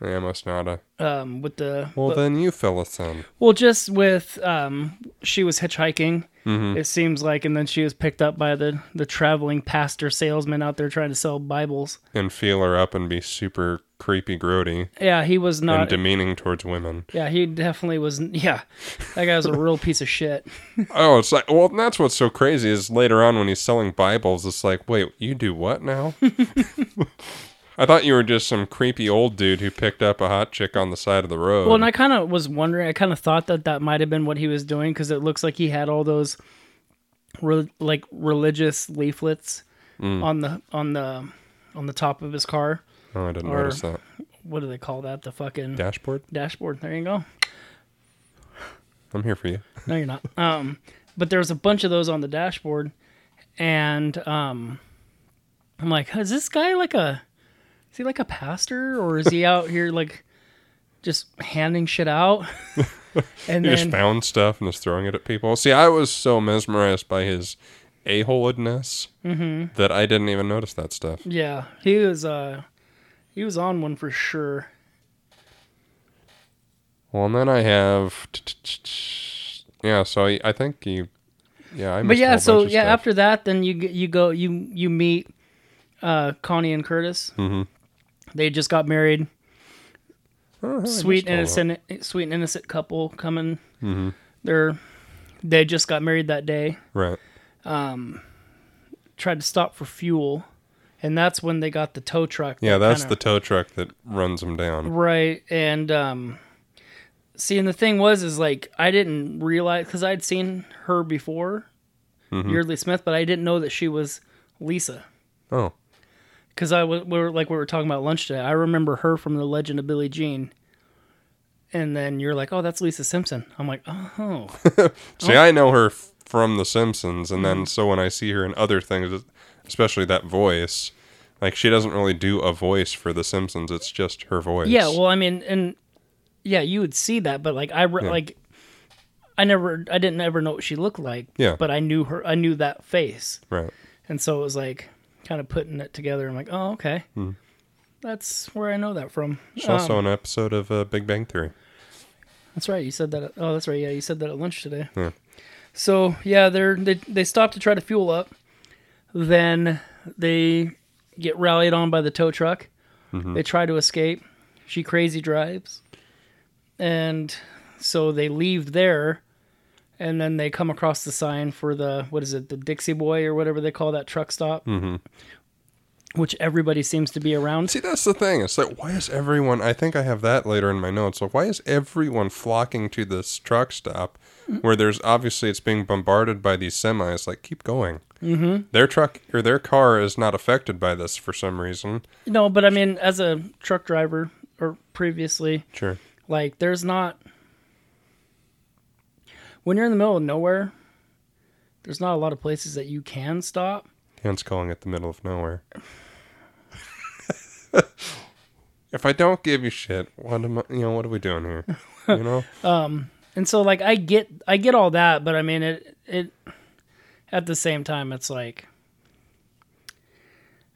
Speaker 2: Yeah, must not have.
Speaker 4: um, with the
Speaker 2: Well, then you fill us in.
Speaker 4: Well, just with um, she was hitchhiking. It seems like, and then she was picked up by the the traveling pastor salesman out there trying to sell Bibles.
Speaker 2: And feel her up and be super creepy, grody,
Speaker 4: Yeah, he was
Speaker 2: and
Speaker 4: not.
Speaker 2: demeaning towards women.
Speaker 4: yeah, he definitely was. [LAUGHS] Yeah, that guy was a real piece of shit.
Speaker 2: Oh, it's like, well, that's what's so crazy is later on when he's selling Bibles, it's like, wait, you do what
Speaker 4: [LAUGHS]
Speaker 2: now? [LAUGHS] I thought you were just some creepy old dude who picked up a hot chick on the side of the road.
Speaker 4: Well, and I kind of was wondering. I kind of thought that that might have been what he was doing because it looks like he had all those, re- like religious leaflets on the on the on the top of his car.
Speaker 2: oh, I didn't
Speaker 4: or-
Speaker 2: notice that.
Speaker 4: What do they call that? The fucking
Speaker 2: Dashboard?
Speaker 4: dashboard. There you go.
Speaker 2: I'm here for you.
Speaker 4: No, you're not. Um, but there's a bunch of those on the dashboard, and um, I'm like, is this guy like a, is he like a pastor or is he out here like, just handing
Speaker 2: [LAUGHS]
Speaker 4: shit out? and
Speaker 2: He just
Speaker 4: then
Speaker 2: found stuff and was throwing it at people. See, I was so mesmerized by his a holedness
Speaker 4: Mm-hmm.
Speaker 2: that I didn't even notice that stuff.
Speaker 4: yeah, he was uh, he was on one for sure.
Speaker 2: Well, and then I have. Yeah, so I, I think you. Yeah, I missed
Speaker 4: But
Speaker 2: a
Speaker 4: yeah,
Speaker 2: whole
Speaker 4: so
Speaker 2: bunch of
Speaker 4: yeah,
Speaker 2: stuff.
Speaker 4: after that, then you g- you go you you meet uh, Connie and Curtis. Mm-hmm. They just got married.
Speaker 2: Oh, I missed
Speaker 4: sweet
Speaker 2: all that.
Speaker 4: innocent sweet and innocent couple coming
Speaker 2: Mm-hmm.
Speaker 4: they're they just got married that day
Speaker 2: Right.
Speaker 4: tried to stop for fuel and that's when they got the tow truck
Speaker 2: Yeah,
Speaker 4: that
Speaker 2: that's the
Speaker 4: kinda-
Speaker 2: tow truck that runs them down.
Speaker 4: right and um see and the thing was is like i didn't realize because i'd seen her before
Speaker 2: Mm-hmm.
Speaker 4: yeardley smith but i didn't know that she was lisa
Speaker 2: Oh,
Speaker 4: because I was we were like we were talking about lunch today. I remember her from the Legend of Billie Jean, and then you're like, "Oh, that's Lisa Simpson." I'm like, "Oh, Mm-hmm.
Speaker 2: see, I know her f- from The Simpsons, and then so when I see her in other things, especially that voice, like she doesn't really do a voice for The Simpsons. It's just her voice.
Speaker 4: Yeah, well, I mean, and yeah, you would see that, but like I re- like I never I didn't ever know what she looked like.
Speaker 2: Yeah.
Speaker 4: but I knew her. I knew that face,
Speaker 2: right.
Speaker 4: and so it was like kind of putting it together. I'm like, oh, okay,
Speaker 2: Hmm.
Speaker 4: that's where I know that from.
Speaker 2: She's also an episode of uh, Big Bang Theory.
Speaker 4: That's right. You said that. At, oh, that's right. Yeah, you said that at lunch today. So yeah, they're they they stop to try to fuel up. Then they get rallied on by the tow truck. They try to escape. She crazy drives, and so they leave there, and then they come across the sign for the what is it, the Dixie Boy or whatever they call that truck stop, which everybody seems to be around.
Speaker 2: See, that's the thing. It's like, why is everyone? I think I have that later in my notes. Like, why is everyone flocking to this truck stop where there's obviously it's being bombarded by these semis? Like, keep going. Mm-hmm. Their truck or their car is not affected by this for some reason.
Speaker 4: No, but I mean, as a truck driver or previously,
Speaker 2: Sure.
Speaker 4: Like there's not when you're in the middle of nowhere, there's not a lot of places that you can stop.
Speaker 2: Hence calling it the middle of nowhere. [LAUGHS] if I don't give you shit, what am I, you know? What are we doing here? You know.
Speaker 4: And so like I get I get all that, but I mean it it at the same time it's like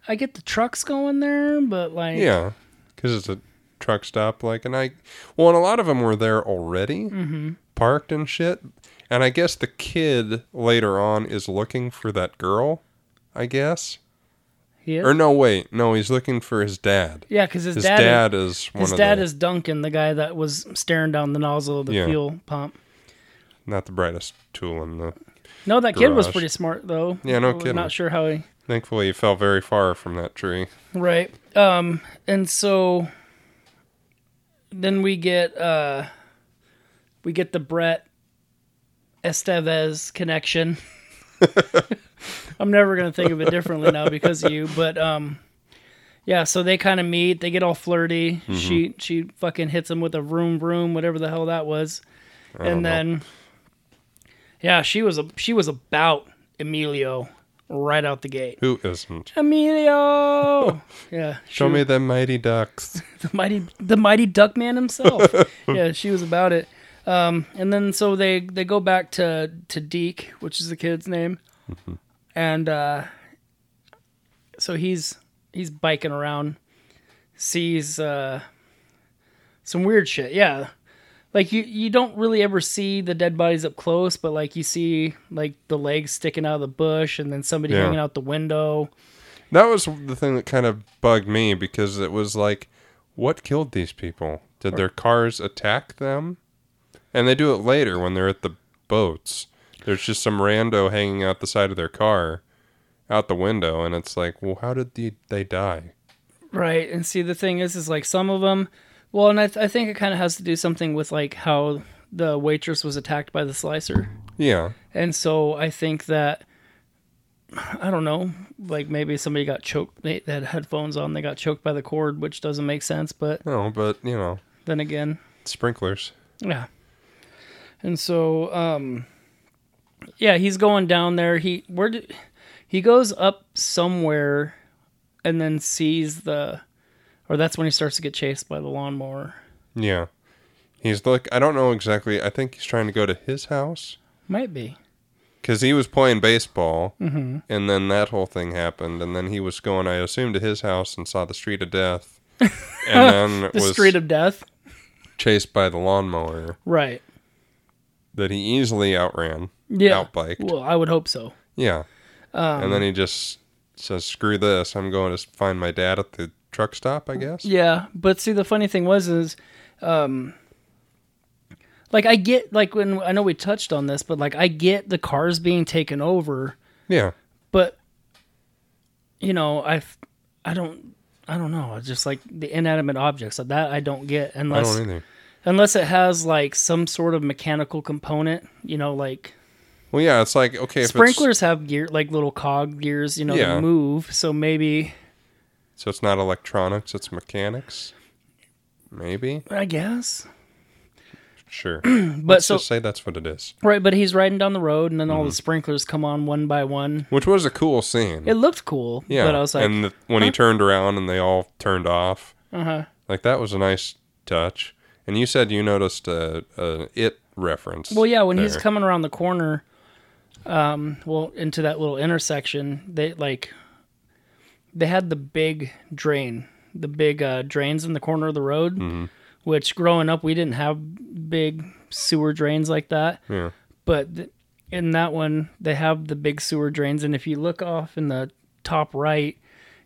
Speaker 4: I get the trucks going there, but like
Speaker 2: Yeah, because it's a truck stop. Like, and I, well, and a lot of them were there already,
Speaker 4: Mm-hmm.
Speaker 2: parked and shit. And I guess the kid later on is looking for that girl. I guess,
Speaker 4: he is.
Speaker 2: or no, wait, no, he's looking for his dad.
Speaker 4: yeah, because his,
Speaker 2: His
Speaker 4: dad,
Speaker 2: dad, is one
Speaker 4: his
Speaker 2: of
Speaker 4: dad
Speaker 2: the,
Speaker 4: is Duncan, the guy that was staring down the nozzle of the
Speaker 2: Yeah.
Speaker 4: fuel pump.
Speaker 2: not the brightest tool in the.
Speaker 4: No, that kid was
Speaker 2: Garage.
Speaker 4: pretty smart though.
Speaker 2: Yeah, no
Speaker 4: I'm
Speaker 2: kidding.
Speaker 4: Not sure how he
Speaker 2: Thankfully, he fell very far from that tree.
Speaker 4: Right. Um, and so then we get uh we get the Brett Estevez connection. [LAUGHS] I'm never gonna think of it differently now because of you, but um yeah, so they kind of meet, they get all flirty. She she fucking hits him with a vroom vroom, whatever the hell that was. And then Yeah, she was a she was about Emilio right out the gate.
Speaker 2: Who isn't?
Speaker 4: Emilio. [LAUGHS] yeah,
Speaker 2: Show me them mighty ducks.
Speaker 4: the mighty the mighty Duckman himself.
Speaker 2: [LAUGHS]
Speaker 4: yeah, she was about it. Um, and then so they they go back to to Deke, which is the kid's name,
Speaker 2: Mm-hmm.
Speaker 4: and uh, so he's he's biking around, sees uh, some weird shit. Yeah. Like you, you don't really ever see the dead bodies up close, but like you see like the legs sticking out of the bush and then somebody
Speaker 2: Yeah.
Speaker 4: hanging out the window.
Speaker 2: That was the thing that kind of bugged me because it was like, what killed these people? Did their cars attack them? And they do it later when they're at the boats. There's just some rando hanging out the side of their car, out the window, and it's like, well, how did the, they die?
Speaker 4: Right. And see, the thing is, is like some of them, well, and I, th- I think it kind of has to do something with like how the waitress was attacked by the slicer.
Speaker 2: Yeah,
Speaker 4: And so I think that, I don't know, like maybe somebody got choked, they, they had headphones on, they got choked by the cord, which doesn't make sense. But
Speaker 2: no, but you know,
Speaker 4: then again,
Speaker 2: sprinklers.
Speaker 4: yeah. And so, um, yeah, he's going down there. He where did, he goes up somewhere, and then sees the, or that's when he starts to get chased by the lawnmower.
Speaker 2: Yeah, he's like, I don't know exactly. I think he's trying to go to his house
Speaker 4: Might be.
Speaker 2: because he was playing baseball,
Speaker 4: Mm-hmm.
Speaker 2: and then that whole thing happened, and then he was going, I assume, to his house and saw the street of
Speaker 4: [LAUGHS]
Speaker 2: death, and then
Speaker 4: The
Speaker 2: was
Speaker 4: street of death.
Speaker 2: chased by the lawnmower
Speaker 4: Right.
Speaker 2: that he easily outran,
Speaker 4: Yeah.
Speaker 2: outbiked,
Speaker 4: Well, um, I would hope so.
Speaker 2: yeah, and then he just says, "Screw this! I'm going to find my dad at the truck stop." I guess.
Speaker 4: Yeah, but see, the funny thing was is, um, like I get like when I know we touched on this, but like I get the cars being taken over,
Speaker 2: Yeah,
Speaker 4: but you know I, f- I don't, I don't know. It's just like the inanimate objects that I don't get
Speaker 2: I
Speaker 4: unless
Speaker 2: don't either.
Speaker 4: unless it has like some sort of mechanical component. You know, like
Speaker 2: Well, yeah, it's like okay, if it's,
Speaker 4: sprinklers have gear like little cog gears. You know,
Speaker 2: Yeah.
Speaker 4: that move. So maybe
Speaker 2: So it's not electronics, it's mechanics. Maybe.
Speaker 4: I guess.
Speaker 2: Sure.
Speaker 4: [CLEARS THROAT] But
Speaker 2: Let's
Speaker 4: so
Speaker 2: just Mm-hmm. say that's what it is.
Speaker 4: Right, but he's riding down the road, and then all the sprinklers come on one by one.
Speaker 2: Which was a cool scene.
Speaker 4: It looked cool,
Speaker 2: yeah.
Speaker 4: but I was like,
Speaker 2: and the, when he turned around and they all turned off,
Speaker 4: uh-huh.
Speaker 2: like that was a nice touch. And you said you noticed a, a it reference.
Speaker 4: well, yeah, when he's
Speaker 2: there.
Speaker 4: coming around the corner, um, well, into that little intersection, they like, they had the big drain, the big uh, drains in the corner of the road,
Speaker 2: Mm-hmm.
Speaker 4: which growing up we didn't have big sewer drains like that.
Speaker 2: Yeah.
Speaker 4: but th- in that one they have the big sewer drains and if you look off in the top right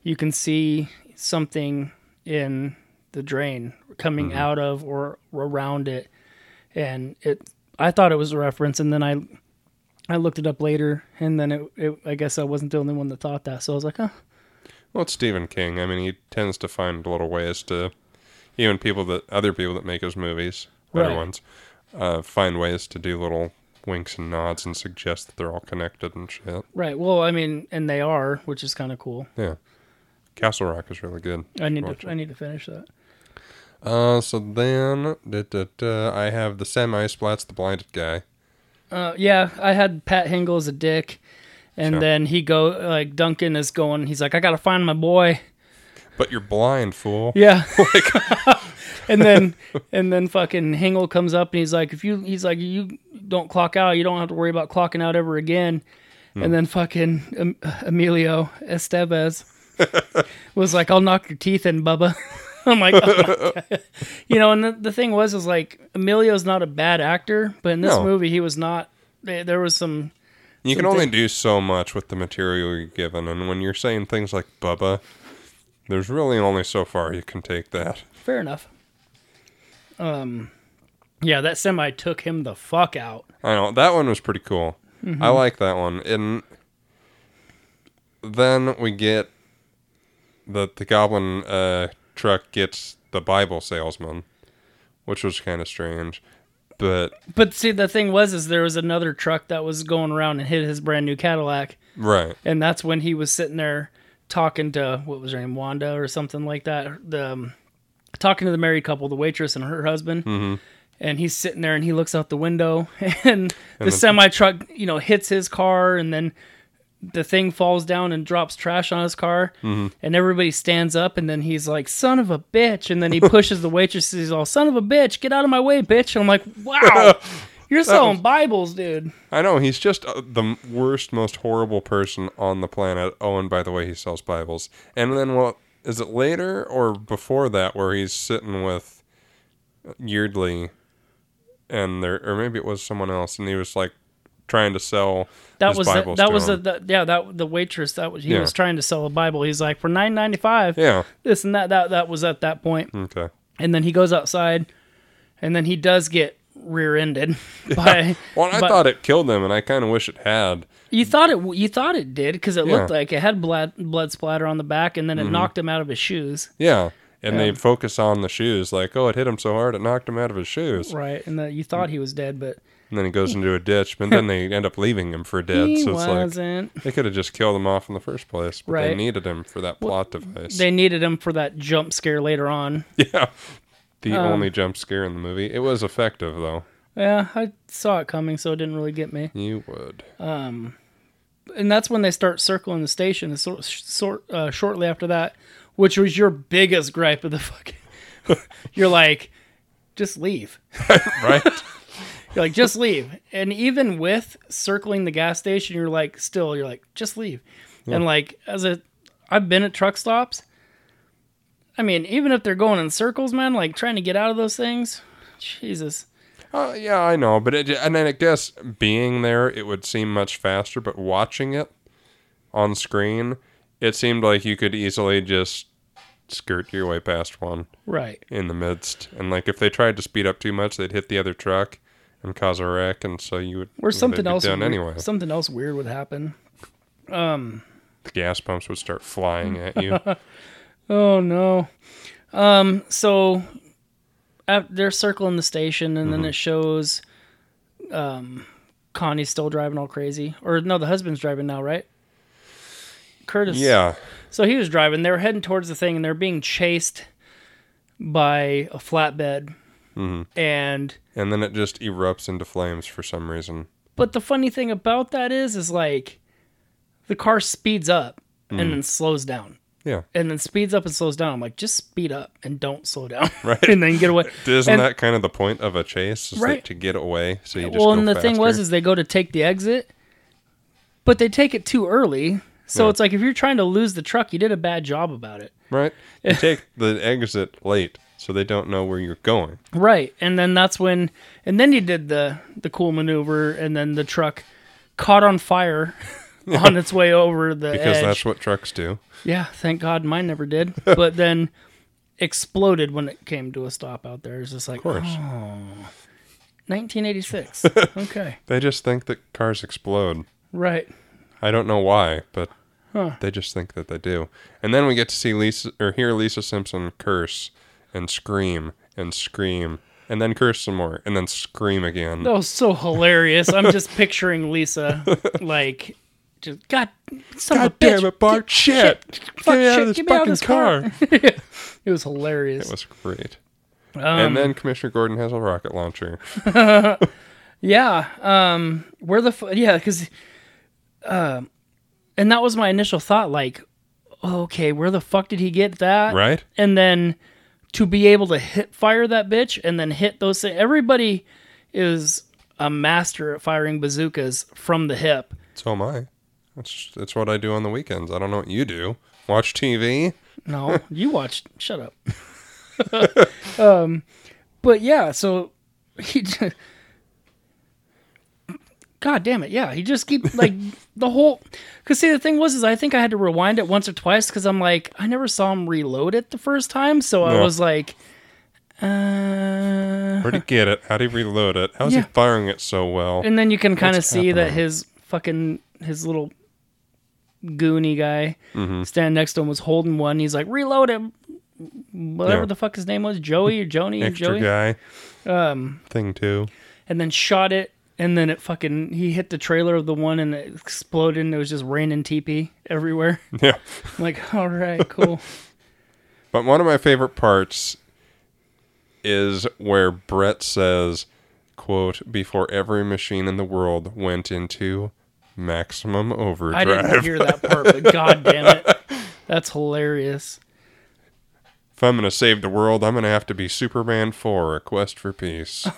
Speaker 4: you can see something in the drain coming
Speaker 2: Mm-hmm.
Speaker 4: out of or around it and it i thought it was a reference and then i i looked it up later and then it, it i guess i wasn't the only one that thought that so i was like huh
Speaker 2: Well, it's Stephen King. I mean, he tends to find little ways to, even people that, other people that make his movies, better
Speaker 4: Right.
Speaker 2: ones, uh, find ways to do little winks and nods and suggest that they're all connected and shit.
Speaker 4: right well i mean and they are which is kind of cool
Speaker 2: Yeah. Castle Rock is really good.
Speaker 4: i need
Speaker 2: Watch
Speaker 4: to i need to finish that
Speaker 2: Uh, so then da, da, da, I have the semi splats the blinded guy.
Speaker 4: Uh, yeah, I had Pat Hingle as a dick, and
Speaker 2: Sure.
Speaker 4: then he go like Duncan is going. He's like, I gotta find my boy.
Speaker 2: But you're blind, fool.
Speaker 4: Yeah. [LAUGHS] and then and then fucking Hingle comes up and he's like, if you he's like you don't clock out, you don't have to worry about clocking out ever again. And then fucking um, Emilio Estevez was like, I'll knock your teeth in, Bubba. [LAUGHS] I'm like, oh my God. [LAUGHS] you know, and the, the thing was, is like Emilio's not a bad actor, but in this
Speaker 2: No.
Speaker 4: movie he was not. There there was some
Speaker 2: You can only do so much with the material you're given, and when you're saying things like Bubba, there's really only so far you can take that.
Speaker 4: Fair enough. Um, yeah, that semi took him the fuck out.
Speaker 2: I know that one was pretty cool. I like that one. And then we get that the goblin uh, truck gets the Bible salesman, which was kind of strange. But
Speaker 4: But see, the thing was, is there was another truck that was going around and hit his brand new Cadillac,
Speaker 2: right,
Speaker 4: and that's when he was sitting there talking to what was her name, Wanda or something like that. The um, talking to the married couple, the waitress and her husband. And he's sitting there, and he looks out the window, Mm-hmm. [LAUGHS] and the semi truck, you know, hits his car, and then the thing falls down and drops trash on his car, and everybody stands up, and then he's like, "Son of a bitch!" And then he [LAUGHS] pushes the waitress. He's all, "Son of a bitch, get out of my way, bitch!" And I'm like, [LAUGHS] "Wow, you're selling Bibles, dude."
Speaker 2: I know he's just uh, the m- worst, most horrible person on the planet. Oh, and by the way, he sells Bibles. And then what is it later or before that where he's sitting with Yeardley, and there, or maybe it was someone else, and he was like trying to sell
Speaker 4: That
Speaker 2: his
Speaker 4: was the,
Speaker 2: Bibles
Speaker 4: that
Speaker 2: to
Speaker 4: was the,
Speaker 2: him.
Speaker 4: the yeah that the waitress that was he
Speaker 2: Yeah.
Speaker 4: was trying to sell a Bible. He's like for nine ninety five.
Speaker 2: yeah.
Speaker 4: This and that that that was at that point.
Speaker 2: Okay.
Speaker 4: and then he goes outside, and then he does get
Speaker 2: [LAUGHS]
Speaker 4: rear-ended by.
Speaker 2: Well, I
Speaker 4: but-
Speaker 2: thought it killed him, and I kind of wish it had.
Speaker 4: you thought it you thought it did because it looked
Speaker 2: Yeah. Mm-hmm.
Speaker 4: like it had blood blood splatter on the back, and then it knocked him out of his shoes.
Speaker 2: Yeah. And they focus on the shoes, like, oh, it hit him so hard it knocked him out of his shoes.
Speaker 4: Right, and that you thought he was dead, but
Speaker 2: And then he goes into a ditch, but then they end up leaving him for dead.
Speaker 4: he
Speaker 2: so it's like
Speaker 4: wasn't.
Speaker 2: they could have just killed him off in the first place, but they
Speaker 4: Right.
Speaker 2: needed him for that plot device.
Speaker 4: They needed him for that jump scare later on.
Speaker 2: [LAUGHS] yeah. The
Speaker 4: Um,
Speaker 2: only jump scare in the movie. It was effective though.
Speaker 4: Yeah, I saw it coming, so it didn't really get me.
Speaker 2: You would.
Speaker 4: And that's when they start circling the station. It's sort, sort uh, shortly after that, which was your biggest gripe of the fucking. [LAUGHS] You're like, just leave.
Speaker 2: right?
Speaker 4: [LAUGHS] You're like, just leave. And even with circling the gas station, you're like, still, you're like, just leave. And like, as a, I've been at truck stops. I mean, even if they're going in circles, man, like trying to get out of those things, Jesus.
Speaker 2: Uh, yeah, I know, but it, and then I guess being there, it would seem much faster. But watching it on screen, it seemed like you could easily just skirt your way past one
Speaker 4: Right.
Speaker 2: in the midst. And like if they tried to speed up too much, they'd hit the other truck and cause a wreck. And so you would
Speaker 4: Or
Speaker 2: they'd
Speaker 4: something
Speaker 2: be
Speaker 4: else.
Speaker 2: done
Speaker 4: weird-
Speaker 2: anyway.
Speaker 4: Something else weird would happen.
Speaker 2: The gas pumps would start
Speaker 4: [LAUGHS]
Speaker 2: flying at you.
Speaker 4: Oh no. Um. So, af they're circling the station, and then it shows, um, Connie's still driving all crazy, or no, the husband's driving now, right? Curtis.
Speaker 2: yeah,
Speaker 4: So he was driving. They were heading towards the thing, and they're being chased by a flatbed. And
Speaker 2: and then it just erupts into flames for some reason.
Speaker 4: but the funny thing about that is, is like the car speeds up and then slows down,
Speaker 2: Yeah,
Speaker 4: and then speeds up and slows down. I'm like, just speed up and don't slow down, [LAUGHS]
Speaker 2: Right.
Speaker 4: and
Speaker 2: [LAUGHS]
Speaker 4: then get away.
Speaker 2: isn't
Speaker 4: And-
Speaker 2: that kind of the point of a chase? Is that
Speaker 4: Right.
Speaker 2: to get away. So you just
Speaker 4: well,
Speaker 2: go
Speaker 4: and the thing was,
Speaker 2: faster?
Speaker 4: is they go to take the exit, but they take it too early. So it's like if you're trying to lose the truck, you did a bad job about it. [LAUGHS]
Speaker 2: Right? You take the exit late so they don't know where you're going.
Speaker 4: Right, and then that's when, and then he did the the cool maneuver, and then the truck caught on
Speaker 2: [LAUGHS]
Speaker 4: fire on its way over the
Speaker 2: Because
Speaker 4: edge.
Speaker 2: that's what trucks do.
Speaker 4: yeah, thank God mine
Speaker 2: [LAUGHS]
Speaker 4: never did, but then exploded when it came to a stop out there. It's just like
Speaker 2: Of course. [LAUGHS]
Speaker 4: 1986. okay,
Speaker 2: They just think that cars explode.
Speaker 4: right,
Speaker 2: I don't know why, but they just think that they do. And then we get to see Lisa or hear Lisa Simpson curse and scream and scream and then curse some more and then scream again.
Speaker 4: that was so hilarious.
Speaker 2: [LAUGHS]
Speaker 4: I'm just picturing Lisa like. Just, God, son of a
Speaker 2: God damn
Speaker 4: bitch.
Speaker 2: it, Bart! Shit!
Speaker 4: Fuck
Speaker 2: Get me out
Speaker 4: shit,
Speaker 2: of this
Speaker 4: get me out of
Speaker 2: fucking
Speaker 4: this car.
Speaker 2: [LAUGHS] car!
Speaker 4: It was hilarious.
Speaker 2: It was great. and then Commissioner Gordon has a rocket launcher.
Speaker 4: Yeah. Um. Where the f- yeah? Because, um, and that was my initial thought. Like, okay, where the fuck did he get that?
Speaker 2: Right?
Speaker 4: And then to be able to hit fire that bitch and then hit those. thi- Everybody is a master at firing bazookas from the hip.
Speaker 2: So am I. That's that's what I do on the weekends. I don't know what you do. Watch TV.
Speaker 4: No, you watched. Shut up. um, [LAUGHS] but yeah, so he. j- God damn it! Yeah, he just keep like the whole. Cause see, the thing was, is I think I had to rewind it once or twice because I'm like, I never saw him reload it the first time, so I
Speaker 2: Yeah.
Speaker 4: was like, uh.
Speaker 2: Where would he get it? How would he reload it? How's
Speaker 4: Yeah.
Speaker 2: he firing it so well?
Speaker 4: And then you can kind of
Speaker 2: What's
Speaker 4: see that
Speaker 2: happening?
Speaker 4: his fucking his little goony guy
Speaker 2: Mm-hmm.
Speaker 4: standing next to him was holding one. He's like, reload him. Whatever
Speaker 2: Yeah.
Speaker 4: the fuck his name was, Joey or Joni or
Speaker 2: Extra
Speaker 4: Joey.
Speaker 2: guy. Um, thing two. [LAUGHS]
Speaker 4: And then shot it. And then it fucking he hit the trailer of the one and it exploded and it was just raining TP
Speaker 2: [LAUGHS]
Speaker 4: everywhere.
Speaker 2: Yeah.
Speaker 4: I'm like, all
Speaker 2: [LAUGHS]
Speaker 4: right, cool.
Speaker 2: But one of my favorite parts is where Brett says, quote, before every machine in the world went into maximum
Speaker 4: I
Speaker 2: overdrive.
Speaker 4: didn't hear that part, but god damn it. That's hilarious.
Speaker 2: if I'm gonna save the world, I'm gonna have to be Superman four, a quest for
Speaker 4: [LAUGHS]
Speaker 2: peace.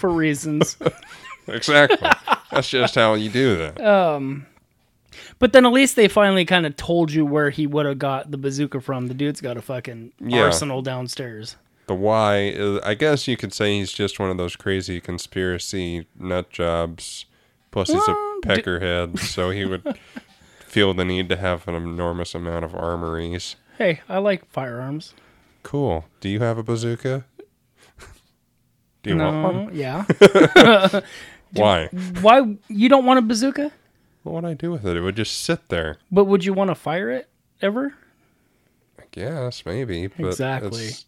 Speaker 4: For reasons. Uh.
Speaker 2: exactly. That's just how you do that.
Speaker 4: But then at least they finally kind of told you where he would have got the bazooka from. The dude's got a fucking
Speaker 2: Yeah.
Speaker 4: arsenal downstairs.
Speaker 2: The why is, I guess you could say he's just one of those crazy conspiracy nut jobs. Plus, he's a peckerhead, so he would feel the need to have an enormous amount of armories.
Speaker 4: Hey, I like firearms.
Speaker 2: Cool. Do you have a bazooka? Do you want one? [LAUGHS]
Speaker 4: No, yeah.
Speaker 2: Why?
Speaker 4: Why you don't want a bazooka?
Speaker 2: What would I do with it? It would just sit there.
Speaker 4: But would you want to fire it ever?
Speaker 2: I guess maybe. But
Speaker 4: Exactly.
Speaker 2: it's-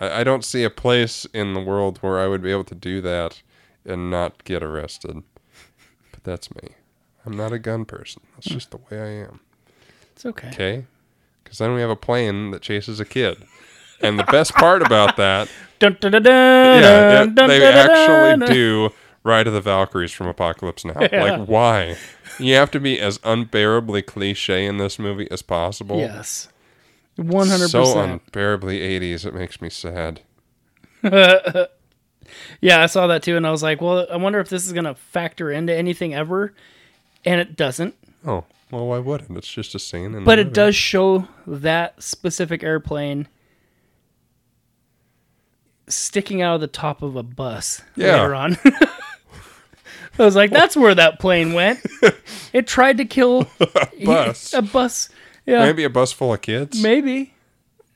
Speaker 2: I, I don't see a place in the world where I would be able to do that and not get arrested. But that's me. I'm not a gun person. That's just the way I am.
Speaker 4: It's okay.
Speaker 2: Okay. Because then we have a plane that chases a kid. And the best part about that,
Speaker 4: Dun, dun, dun,
Speaker 2: yeah,
Speaker 4: dun,
Speaker 2: that
Speaker 4: dun,
Speaker 2: they
Speaker 4: dun, dun, dun,
Speaker 2: actually
Speaker 4: dun.
Speaker 2: do Ride of the Valkyries from Apocalypse Now. Like, why? You have to be as unbearably cliche in this movie as possible.
Speaker 4: Yes. 100%.
Speaker 2: So unbearably 80s, it makes me sad.
Speaker 4: yeah, I saw that too and I was like, well, I wonder if this is going to factor into anything ever. And it doesn't.
Speaker 2: Oh, well, why would it? It's just a scene. In
Speaker 4: But
Speaker 2: the
Speaker 4: it
Speaker 2: movie.
Speaker 4: does show that specific airplane sticking out of the top of a bus
Speaker 2: Yeah.
Speaker 4: later on. [LAUGHS] I was like, that's where that
Speaker 2: [LAUGHS]
Speaker 4: plane went. It tried to kill [LAUGHS]
Speaker 2: Bus.
Speaker 4: a bus. Yeah,
Speaker 2: Maybe a bus full of kids.
Speaker 4: maybe.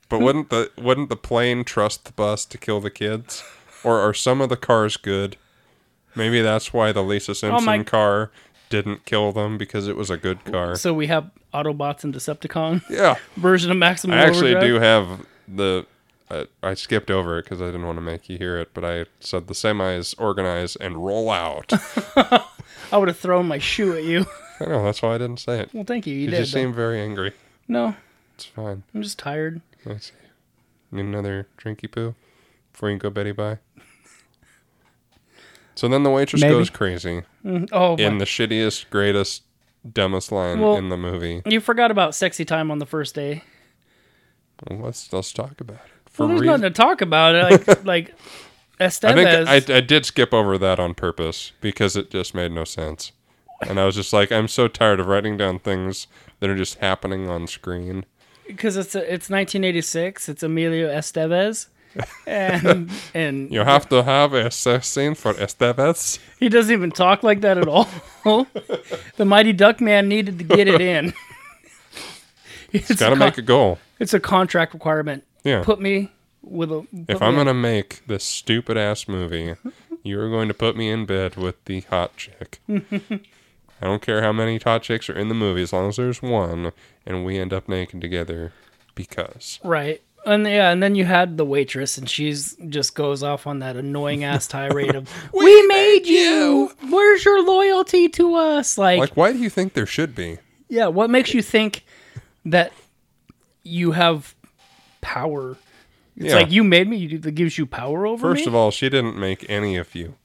Speaker 2: But wouldn't the wouldn't the plane trust the bus to kill the kids? Or are some of the cars good? Maybe that's why the Lisa Simpson
Speaker 4: Oh my-
Speaker 2: car didn't kill them because it was a good car.
Speaker 4: So we have Autobots and Decepticon [LAUGHS]
Speaker 2: yeah,
Speaker 4: version of Maximum
Speaker 2: I actually
Speaker 4: Overdrive.
Speaker 2: do have the. Uh, I skipped over it because I didn't want to make you hear it, but I said the semis organize and roll
Speaker 4: [LAUGHS]
Speaker 2: out.
Speaker 4: I would have thrown my shoe at you. [LAUGHS]
Speaker 2: I know that's why I didn't say it.
Speaker 4: Well, thank you. You,
Speaker 2: You
Speaker 4: did.
Speaker 2: just
Speaker 4: though.
Speaker 2: seem very angry.
Speaker 4: No,
Speaker 2: It's fine.
Speaker 4: I'm just tired.
Speaker 2: Let's see. Need another drinky poo before you can go Betty bye. So then the waitress
Speaker 4: Maybe.
Speaker 2: goes crazy
Speaker 4: Oh, my.
Speaker 2: in the shittiest, greatest, dumbest line
Speaker 4: Well-
Speaker 2: in the movie.
Speaker 4: you forgot about sexy time on the first day.
Speaker 2: Well, let's let's talk about it. For
Speaker 4: Well, there's
Speaker 2: rea-
Speaker 4: nothing to talk about.
Speaker 2: [LAUGHS]
Speaker 4: Like, like
Speaker 2: I think
Speaker 4: Estevez.
Speaker 2: I, I did skip over that on purpose because it just made no sense. And I was just like, I'm so tired of writing down things that are just happening on screen.
Speaker 4: because it's a, it's 1986. It's Emilio
Speaker 2: [LAUGHS]
Speaker 4: Estevez, and and
Speaker 2: You have to have a assassin for Estevez.
Speaker 4: he doesn't even talk like that at all. [LAUGHS] the Mighty Duck Man needed to get
Speaker 2: [LAUGHS]
Speaker 4: it in. It's,
Speaker 2: Gotta
Speaker 4: a con-
Speaker 2: make a goal.
Speaker 4: it's a contract requirement.
Speaker 2: Yeah.
Speaker 4: Put me with a. put
Speaker 2: If
Speaker 4: me
Speaker 2: I'm
Speaker 4: in-
Speaker 2: gonna make this stupid ass movie, you're going to put me in bed with the hot
Speaker 4: [LAUGHS]
Speaker 2: chick. I don't care how many hot chicks are in the movie, as long as there's one and we end up naked together because
Speaker 4: Right. And yeah, and then you had the waitress, and she's just goes off on that annoying ass
Speaker 2: [LAUGHS]
Speaker 4: tirade of "We, made you. Where's your loyalty to us?" Like,
Speaker 2: like why do you think there should be?
Speaker 4: yeah, what makes you think that you have power? It's
Speaker 2: yeah.
Speaker 4: like you made me. You, that gives you power over
Speaker 2: First
Speaker 4: me.
Speaker 2: of all, she didn't make any of you.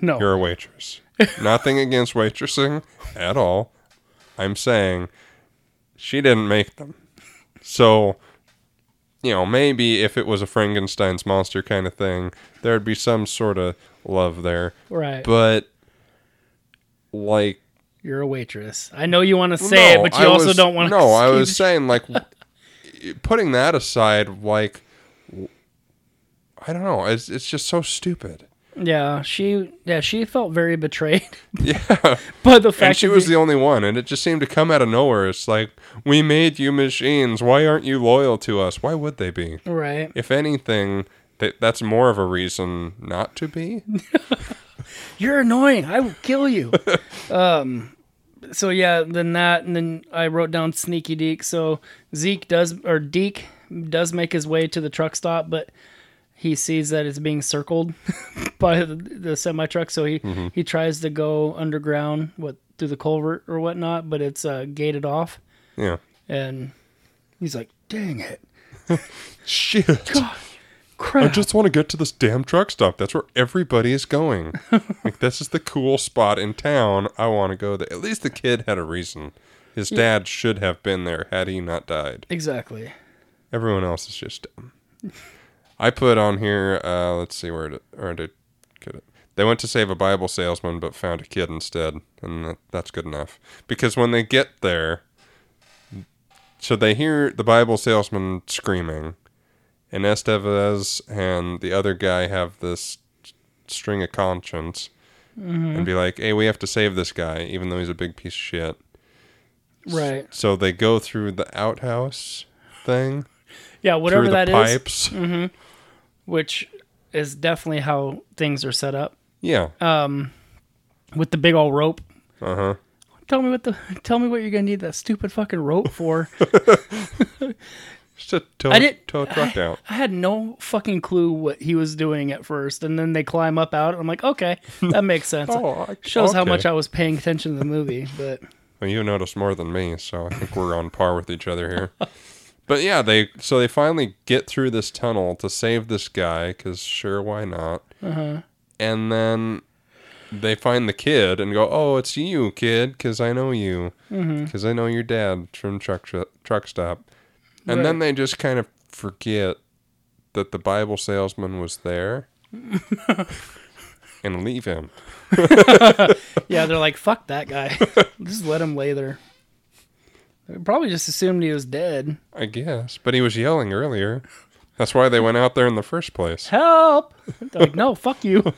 Speaker 4: no,
Speaker 2: You're a waitress.
Speaker 4: [LAUGHS]
Speaker 2: Nothing against waitressing at all. I'm saying she didn't make them. So, you know, maybe if it was a Frankenstein's monster kind of thing, there'd be some sort of love there.
Speaker 4: right.
Speaker 2: But, like,
Speaker 4: You're a waitress. I know you want to say it, but you
Speaker 2: I
Speaker 4: also
Speaker 2: was-
Speaker 4: don't want to.
Speaker 2: No, I was saying like [LAUGHS] w- putting that aside, like w- I don't know. It's it's just so stupid.
Speaker 4: Yeah, she. Yeah, she felt very betrayed
Speaker 2: Yeah.
Speaker 4: [LAUGHS] by the fact
Speaker 2: and she
Speaker 4: that
Speaker 2: was
Speaker 4: you-
Speaker 2: the only one, and it just seemed to come out of nowhere. It's like, we made you machines. Why aren't you loyal to us? Why would they be?
Speaker 4: right.
Speaker 2: If anything, that that's more of a reason not to [LAUGHS] be.
Speaker 4: you're annoying. I will kill you.
Speaker 2: [LAUGHS]
Speaker 4: um, so yeah, then that, and then I wrote down sneaky Deke. So Zeke does, or Deke does make his way to the truck stop, but he sees that it's being circled [LAUGHS] by the, the semi truck. So he,
Speaker 2: Mm-hmm.
Speaker 4: he tries to go underground, what through the culvert or whatnot, but it's uh, gated off,
Speaker 2: Yeah.
Speaker 4: and he's like, "Dang it,
Speaker 2: Shit. I
Speaker 4: crap!"
Speaker 2: just want to get to this damn truck stop. That's where everybody is [LAUGHS] going. like, this is the cool spot in town. I want to go there. At least the kid had a reason. His dad should have been there had he not died.
Speaker 4: exactly.
Speaker 2: Everyone else is just dumb. I put on here. Uh, let's see where did or did get it. They went to save a Bible salesman, but found a kid instead, and that, that's good enough. Because when they get there, so they hear the Bible salesman screaming, and Estevez and the other guy have this string of conscience,
Speaker 4: Mm-hmm.
Speaker 2: and be like, "Hey, we have to save this guy, even though he's a big piece of shit."
Speaker 4: Right.
Speaker 2: So they go through the outhouse thing,
Speaker 4: Yeah, whatever
Speaker 2: through the
Speaker 4: that is,
Speaker 2: pipes.
Speaker 4: which is definitely how things are set up
Speaker 2: Yeah.
Speaker 4: Uh, with the big old rope.
Speaker 2: uh huh.
Speaker 4: Tell me what the tell me what you're gonna need that stupid fucking
Speaker 2: [LAUGHS]
Speaker 4: rope for.
Speaker 2: Just a tow,
Speaker 4: I didn't-
Speaker 2: tow a
Speaker 4: [LAUGHS]
Speaker 2: truck out.
Speaker 4: I had no fucking clue what he was doing at first, and then they climb up out. And I'm like, okay, that
Speaker 2: [LAUGHS]
Speaker 4: makes sense.
Speaker 2: Oh, I-
Speaker 4: Shows how
Speaker 2: okay.
Speaker 4: much I was paying attention to the movie, but
Speaker 2: Well, you noticed more than me, so I think we're on par with each other here. [LAUGHS] But yeah, they so they finally get through this tunnel to save this guy because sure, why not? And then they find the kid and go, "Oh, it's you, kid, because I know you, because I know your dad from truck sh- truck stop." And then they just kind of forget that the Bible salesman was there and leave him.
Speaker 4: yeah, they're like, fuck
Speaker 2: [LAUGHS]
Speaker 4: that guy. [LAUGHS] just let him lay there. They probably just assumed he was dead.
Speaker 2: I guess, but he was yelling earlier. That's why they went out there in the first place.
Speaker 4: Help! They're like, no, fuck you.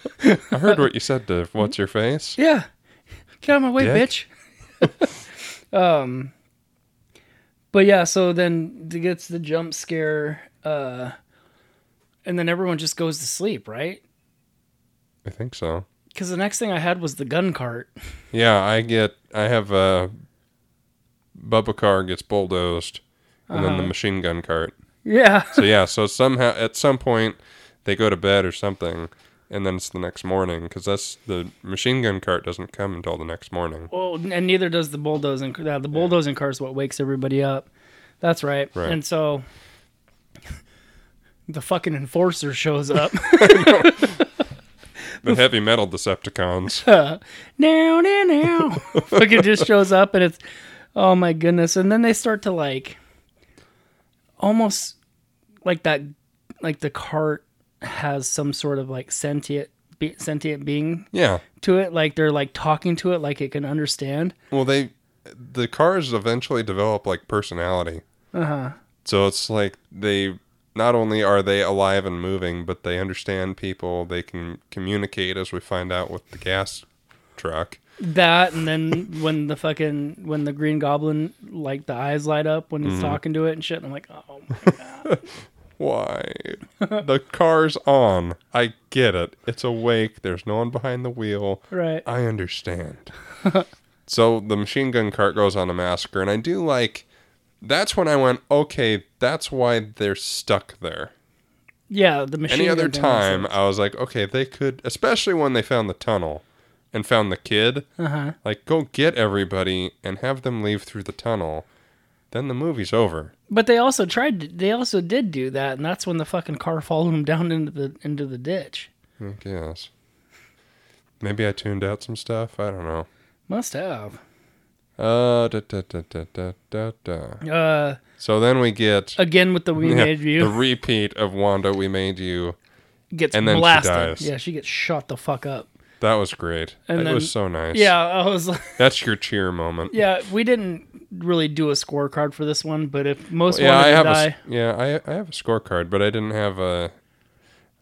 Speaker 2: I heard what you said to what's your face.
Speaker 4: Yeah. Get out of my way,
Speaker 2: Dick.
Speaker 4: bitch. um [LAUGHS] but yeah, so then it gets the jump scare, uh and then everyone just goes to sleep, right?
Speaker 2: I think so.
Speaker 4: Because the next thing I had was the gun cart. [LAUGHS]
Speaker 2: Yeah, I get. I have uh, Bubba car gets bulldozed, and then the machine gun cart.
Speaker 4: Yeah.
Speaker 2: So yeah, so somehow at some point they go to bed or something, and then it's the next morning because that's the machine gun cart doesn't come until the next morning.
Speaker 4: Well, and neither does the bulldozing. Yeah, the bulldozing car is what wakes everybody up. That's right.
Speaker 2: Right.
Speaker 4: And so [LAUGHS] the fucking enforcer shows up.
Speaker 2: The heavy metal Decepticons.
Speaker 4: now, now,
Speaker 2: [LAUGHS]
Speaker 4: now. Fucking just shows up and it's, oh my goodness. And then they start to like, almost like that, like the cart has some sort of like sentient, be, sentient being
Speaker 2: yeah.
Speaker 4: to it. Like they're like talking to it, like it can understand.
Speaker 2: Well, they the cars eventually develop like personality. Uh huh. So it's like they not only are they alive and moving, but they understand people. They can communicate, as we find out with the gas truck.
Speaker 4: That and then when the fucking when the Green Goblin like the eyes light up when he's
Speaker 2: Mm-hmm.
Speaker 4: talking to it and shit. I'm like, oh, my-
Speaker 2: Why? the car's on. I get it. It's awake. There's no one behind the wheel.
Speaker 4: right.
Speaker 2: I understand. so the machine gun cart goes on a massacre, and I do like. That's when I went, okay, that's why they're stuck there.
Speaker 4: Yeah, the machine.
Speaker 2: any other
Speaker 4: gun thing was
Speaker 2: time,
Speaker 4: like-
Speaker 2: I was like, okay, they could, especially when they found the tunnel and found the kid.
Speaker 4: Uh-huh.
Speaker 2: Like, go get everybody and have them leave through the tunnel. Then the movie's over.
Speaker 4: But they also tried. To, they also did do that, and that's when the fucking car followed him down into the into the ditch.
Speaker 2: I guess. Maybe I tuned out some stuff. I don't know.
Speaker 4: Must have.
Speaker 2: Uh, da, da, da, da, da, da, da.
Speaker 4: Uh,
Speaker 2: So then we get
Speaker 4: again with the
Speaker 2: [LAUGHS]
Speaker 4: we
Speaker 2: yeah,
Speaker 4: made
Speaker 2: the
Speaker 4: you
Speaker 2: repeat of Wanda, We Made You.
Speaker 4: gets
Speaker 2: and then she
Speaker 4: blasted.
Speaker 2: dies.
Speaker 4: Yeah, she gets shot the fuck up.
Speaker 2: That was great.
Speaker 4: And
Speaker 2: it
Speaker 4: then-
Speaker 2: was so nice.
Speaker 4: Yeah, I was like, [LAUGHS]
Speaker 2: That's your cheer moment.
Speaker 4: yeah, we didn't really do a scorecard for this one, but if most
Speaker 2: yeah,
Speaker 4: wanted
Speaker 2: I
Speaker 4: to
Speaker 2: have
Speaker 4: die,
Speaker 2: a s- yeah, I I have a scorecard, but I didn't have a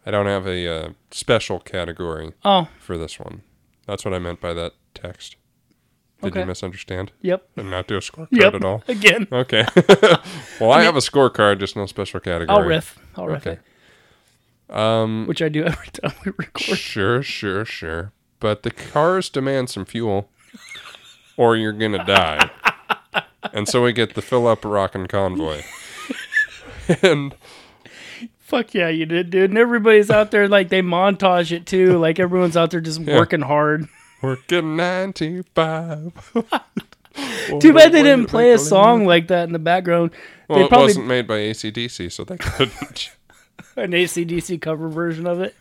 Speaker 2: I don't have a uh, special category
Speaker 4: oh,
Speaker 2: for this one. That's what I meant by that text. Did you
Speaker 4: Okay.
Speaker 2: misunderstand?
Speaker 4: yep,
Speaker 2: And not do a scorecard
Speaker 4: yep,
Speaker 2: at all?
Speaker 4: [LAUGHS] again.
Speaker 2: Okay. [LAUGHS] well, I, have a scorecard, just no special category.
Speaker 4: I'll riff. I'll riff
Speaker 2: Okay.
Speaker 4: it. Um, which I do every [LAUGHS] time we record.
Speaker 2: Sure, sure, sure. But the cars demand some fuel, or you're gonna
Speaker 4: [LAUGHS]
Speaker 2: die. and so we get the fill up rockin'
Speaker 4: [LAUGHS]
Speaker 2: convoy. and
Speaker 4: Fuck yeah, you did, dude. And everybody's out there like they montage it too. Like everyone's out there just working hard.
Speaker 2: Working nine to five.
Speaker 4: [LAUGHS] Too bad they didn't play a song like that in the background. They
Speaker 2: Well, it
Speaker 4: probably
Speaker 2: wasn't made by ACDC, so they couldn't.
Speaker 4: an ACDC cover version of it.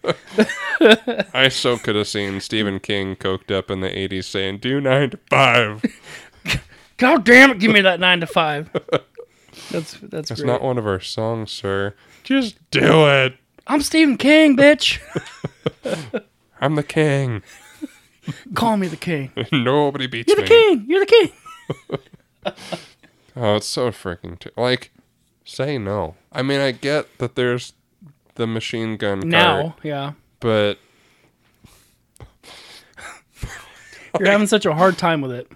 Speaker 2: I so could have seen Stephen King coked up in the 80s saying, do nine to
Speaker 4: [LAUGHS]
Speaker 2: five.
Speaker 4: God damn it, give me that nine
Speaker 2: [LAUGHS]
Speaker 4: to five. That's that's,
Speaker 2: It's
Speaker 4: great.
Speaker 2: not one of our songs, sir. Just do it.
Speaker 4: I'm Stephen King, bitch.
Speaker 2: I'm the king.
Speaker 4: [LAUGHS]
Speaker 2: [LAUGHS]
Speaker 4: Call me the king.
Speaker 2: Nobody beats
Speaker 4: You're the
Speaker 2: me.
Speaker 4: king. You're the king.
Speaker 2: Oh, it's so freaking t- like say no. I mean, I get that there's the machine gun cart,
Speaker 4: Now, yeah.
Speaker 2: but
Speaker 4: You're having such a hard time with it.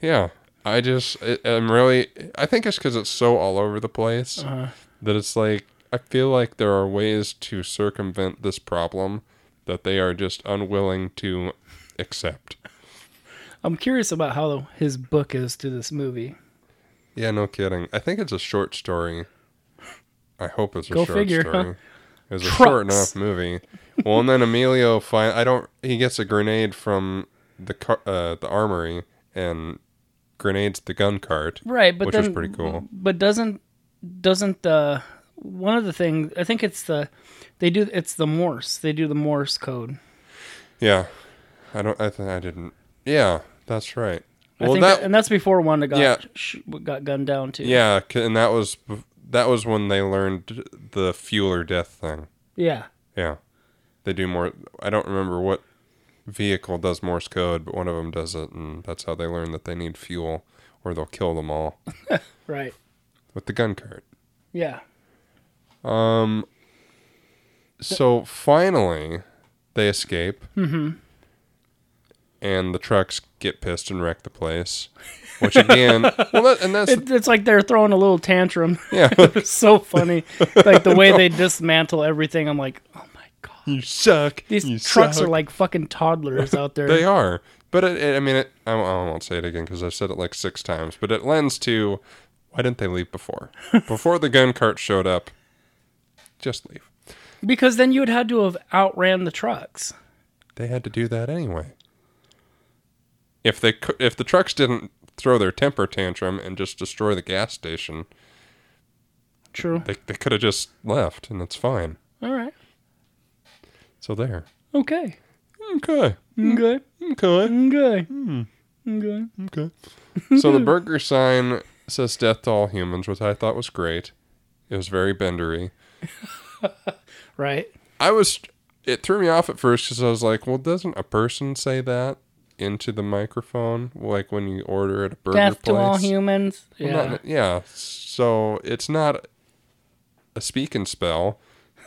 Speaker 2: yeah, I just I, I'm really I think it's because it's so all over the place
Speaker 4: Uh-huh.
Speaker 2: that it's like I feel like there are ways to circumvent this problem that they are just unwilling to accept.
Speaker 4: I'm curious about how his book is to this movie.
Speaker 2: Yeah, no kidding. I think it's a short story. I hope it's a
Speaker 4: Go
Speaker 2: short
Speaker 4: figure,
Speaker 2: story.
Speaker 4: huh?
Speaker 2: It was a
Speaker 4: Trucks.
Speaker 2: short enough movie. Well, and then Emilio find I don't. He gets a grenade from the car, uh, the armory and grenades the gun cart.
Speaker 4: Right, but
Speaker 2: which
Speaker 4: then,
Speaker 2: was pretty cool.
Speaker 4: But doesn't doesn't the one of the things I think it's the they do it's the Morse. They do the Morse code.
Speaker 2: Yeah, I don't. I think I didn't. Yeah, that's right.
Speaker 4: I
Speaker 2: Well,
Speaker 4: think
Speaker 2: that,
Speaker 4: and that's before Wanda got
Speaker 2: Yeah.
Speaker 4: sh- got gunned down too.
Speaker 2: yeah, c- and that was bef- that was when they learned the fuel or death thing.
Speaker 4: yeah.
Speaker 2: Yeah. They do more. I don't remember what vehicle does Morse code, but one of them does it, and that's how they learn that they need fuel or they'll kill them all
Speaker 4: Right.
Speaker 2: with the gun cart.
Speaker 4: Yeah.
Speaker 2: So finally, they escape. Mm-hmm. And the trucks get pissed and wreck the place, which again, well, that, and that's
Speaker 4: [LAUGHS] It, it's like they're throwing a little tantrum. [LAUGHS]
Speaker 2: yeah.
Speaker 4: it's so funny. Like the
Speaker 2: [LAUGHS]
Speaker 4: way they dismantle everything. I'm like, oh my god.
Speaker 2: you suck.
Speaker 4: These
Speaker 2: you
Speaker 4: trucks
Speaker 2: suck.
Speaker 4: are like fucking toddlers out there.
Speaker 2: They are. But it, it, I mean, it, I, won't- I won't say it again because I've said it like six times. But it lends to why didn't they leave
Speaker 4: [LAUGHS]
Speaker 2: before? Before the gun cart showed up, just leave.
Speaker 4: because then you would had to have outran the trucks.
Speaker 2: They had to do that anyway. If they cou- if the trucks didn't throw their temper tantrum and just destroy the gas station,
Speaker 4: True.
Speaker 2: they they could have just left and it's fine.
Speaker 4: All right.
Speaker 2: So there.
Speaker 4: Okay.
Speaker 2: Okay.
Speaker 4: Okay.
Speaker 2: Okay.
Speaker 4: Okay.
Speaker 2: Hmm.
Speaker 4: Okay.
Speaker 2: Okay. so the burger sign says death to all humans, which I thought was great. It was very bendery.
Speaker 4: Right.
Speaker 2: I was. It threw me off at first because I was like, "Well, doesn't a person say that into the microphone, like when you order at a burger
Speaker 4: Death
Speaker 2: place?"
Speaker 4: to all humans. Yeah.
Speaker 2: Well, not- yeah. So it's not a speak and spell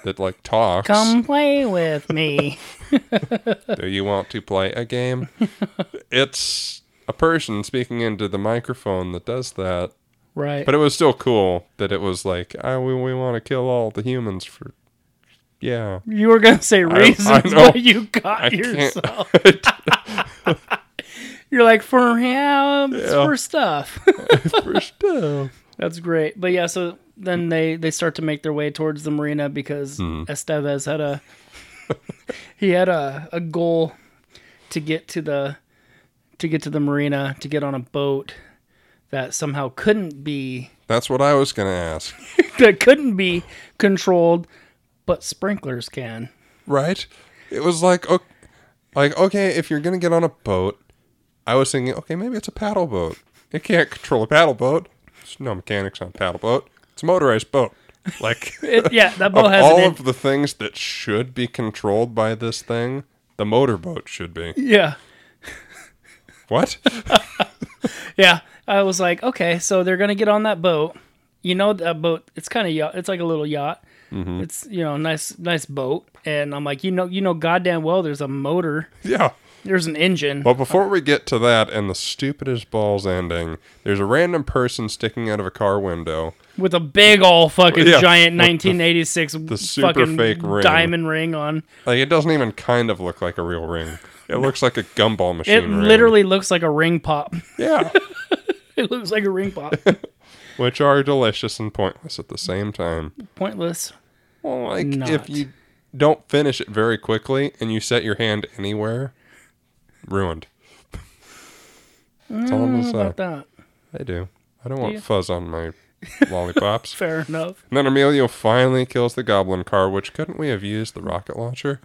Speaker 2: that like talks.
Speaker 4: Come play
Speaker 2: [LAUGHS]
Speaker 4: with me.
Speaker 2: Do you want to play a
Speaker 4: [LAUGHS]
Speaker 2: game? it's a person speaking into the microphone that does that.
Speaker 4: right.
Speaker 2: But it was still cool that it was like, "I we, we want to kill all the humans for." Yeah.
Speaker 4: you were gonna say reasons, [LAUGHS]
Speaker 2: know.
Speaker 4: but you got
Speaker 2: I can't.
Speaker 4: yourself.
Speaker 2: [LAUGHS]
Speaker 4: You're like for him, it's
Speaker 2: Yeah.
Speaker 4: for stuff. [LAUGHS]
Speaker 2: for stuff.
Speaker 4: That's great. But yeah, so then they they start to make their way towards the marina because
Speaker 2: Hmm.
Speaker 4: Estevez had a [LAUGHS] he had a, a goal to get to the to get to the marina to get on a boat that somehow couldn't be [LAUGHS]
Speaker 2: That's what I was gonna ask.
Speaker 4: that couldn't be controlled, but sprinklers can.
Speaker 2: right? It was like, okay, like okay, if you're gonna get on a boat, I was thinking, okay, maybe it's a paddle boat. It can't control a paddle boat. There's no mechanics on a paddle boat. It's a motorized boat. Like
Speaker 4: It, yeah, that boat
Speaker 2: of
Speaker 4: has
Speaker 2: all
Speaker 4: an
Speaker 2: of the things that should be controlled by this thing, the motorboat should
Speaker 4: [LAUGHS]
Speaker 2: be.
Speaker 4: yeah.
Speaker 2: What?
Speaker 4: Yeah, I was like, okay, so they're gonna get on that boat. You know that boat? It's kind of yacht. It's like a little yacht.
Speaker 2: Mm-hmm.
Speaker 4: It's you know nice nice boat. And I'm like, you know, you know, goddamn well, there's a motor,
Speaker 2: [LAUGHS] yeah.
Speaker 4: there's an engine.
Speaker 2: But before we get to that and the stupidest balls ending, there's a random person sticking out of a car window.
Speaker 4: with a big old fucking
Speaker 2: Yeah,
Speaker 4: giant
Speaker 2: with [LAUGHS] the-
Speaker 4: 1986
Speaker 2: super
Speaker 4: fucking
Speaker 2: fake ring.
Speaker 4: diamond ring on.
Speaker 2: Like it doesn't even kind of look like a real ring. It looks like a gumball machine.
Speaker 4: It
Speaker 2: ring.
Speaker 4: literally looks like a ring pop. [LAUGHS]
Speaker 2: Yeah.
Speaker 4: it looks like a ring
Speaker 2: [LAUGHS]
Speaker 4: pop.
Speaker 2: Which are delicious and pointless at the same time.
Speaker 4: Pointless.
Speaker 2: Well, like if
Speaker 4: Not.
Speaker 2: you don't finish it very quickly and you set your hand anywhere, ruined. That's all I'm gonna
Speaker 4: How Mm, about
Speaker 2: say.
Speaker 4: that?
Speaker 2: I do. I don't want
Speaker 4: you?
Speaker 2: fuzz on
Speaker 4: [LAUGHS]
Speaker 2: my lollipops.
Speaker 4: Fair enough.
Speaker 2: And then Emilio finally kills the goblin car, which couldn't we have used the rocket launcher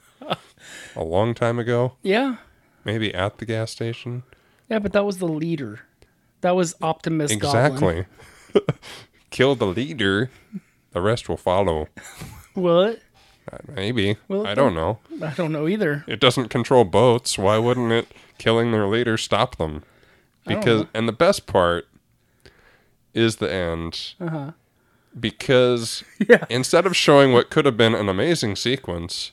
Speaker 2: a long time ago?
Speaker 4: Yeah,
Speaker 2: Maybe at the gas station.
Speaker 4: yeah, but that was the leader. That was Optimus. Goblin.
Speaker 2: Exactly. [LAUGHS] Kill the leader. The rest will follow.
Speaker 4: Will it?
Speaker 2: Uh, Maybe.
Speaker 4: Well,
Speaker 2: I don't know.
Speaker 4: I don't know either.
Speaker 2: It doesn't control boats. Why wouldn't it killing their leader stop them?
Speaker 4: don't
Speaker 2: Because
Speaker 4: know.
Speaker 2: and the best part is the end. Uh-huh. Because
Speaker 4: [LAUGHS] Yeah.
Speaker 2: instead of showing what could have been an amazing sequence,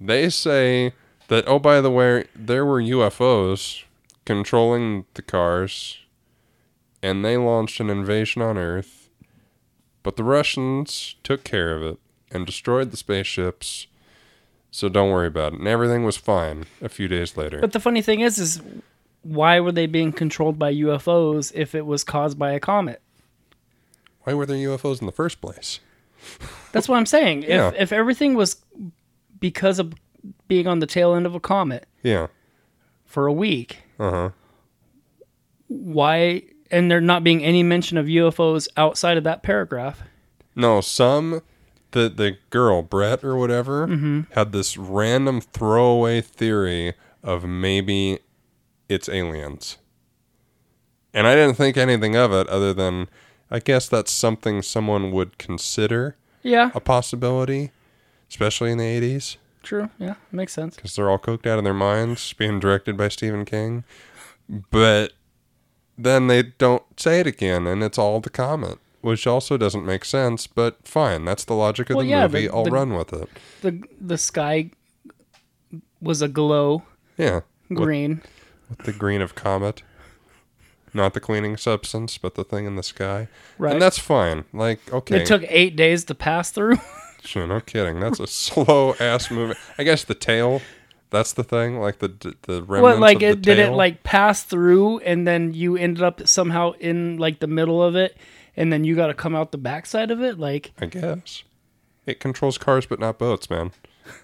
Speaker 2: they say that oh by the way, there were UFOs controlling the cars and they launched an invasion on Earth, but the Russians took care of it and destroyed the spaceships. So don't worry about it. And everything was fine a few days later.
Speaker 4: But the funny thing is, is why were they being controlled by UFOs if it was caused by a comet?
Speaker 2: Why were there UFOs in the first place?
Speaker 4: That's what I'm saying.
Speaker 2: Yeah.
Speaker 4: If if everything was because of being on the tail end of a comet
Speaker 2: Yeah.
Speaker 4: for a week,
Speaker 2: Uh huh.
Speaker 4: why and there not being any mention of UFOs outside of that paragraph?
Speaker 2: No, some the the girl Brett or whatever had this random throwaway theory of maybe it's aliens, and I didn't think anything of it other than I guess that's something someone would consider
Speaker 4: Yeah,
Speaker 2: a possibility, especially in the eighties
Speaker 4: true. Yeah, makes sense.
Speaker 2: because they're all coked out of their minds, being directed by Stephen King, but then they don't say it again, and it's all the comment. Which also doesn't make sense, but fine. That's the logic of
Speaker 4: Well,
Speaker 2: the
Speaker 4: yeah,
Speaker 2: movie.
Speaker 4: the-
Speaker 2: I'll
Speaker 4: the-
Speaker 2: run with it.
Speaker 4: The the sky was a glow
Speaker 2: Yeah. With,
Speaker 4: green.
Speaker 2: with the green of comet. Not the cleaning substance, but the thing in the sky.
Speaker 4: Right.
Speaker 2: And that's fine. Like, okay.
Speaker 4: It took eight days to pass through.
Speaker 2: Sure, No kidding. That's a [LAUGHS] slow ass movie. I guess the tail. That's the thing. Like the d- the remnants
Speaker 4: what like
Speaker 2: of the
Speaker 4: it did it
Speaker 2: tail.
Speaker 4: like pass through and then you ended up somehow in like the middle of it and then you got to come out the backside of it like
Speaker 2: I guess it controls cars, but not boats, man.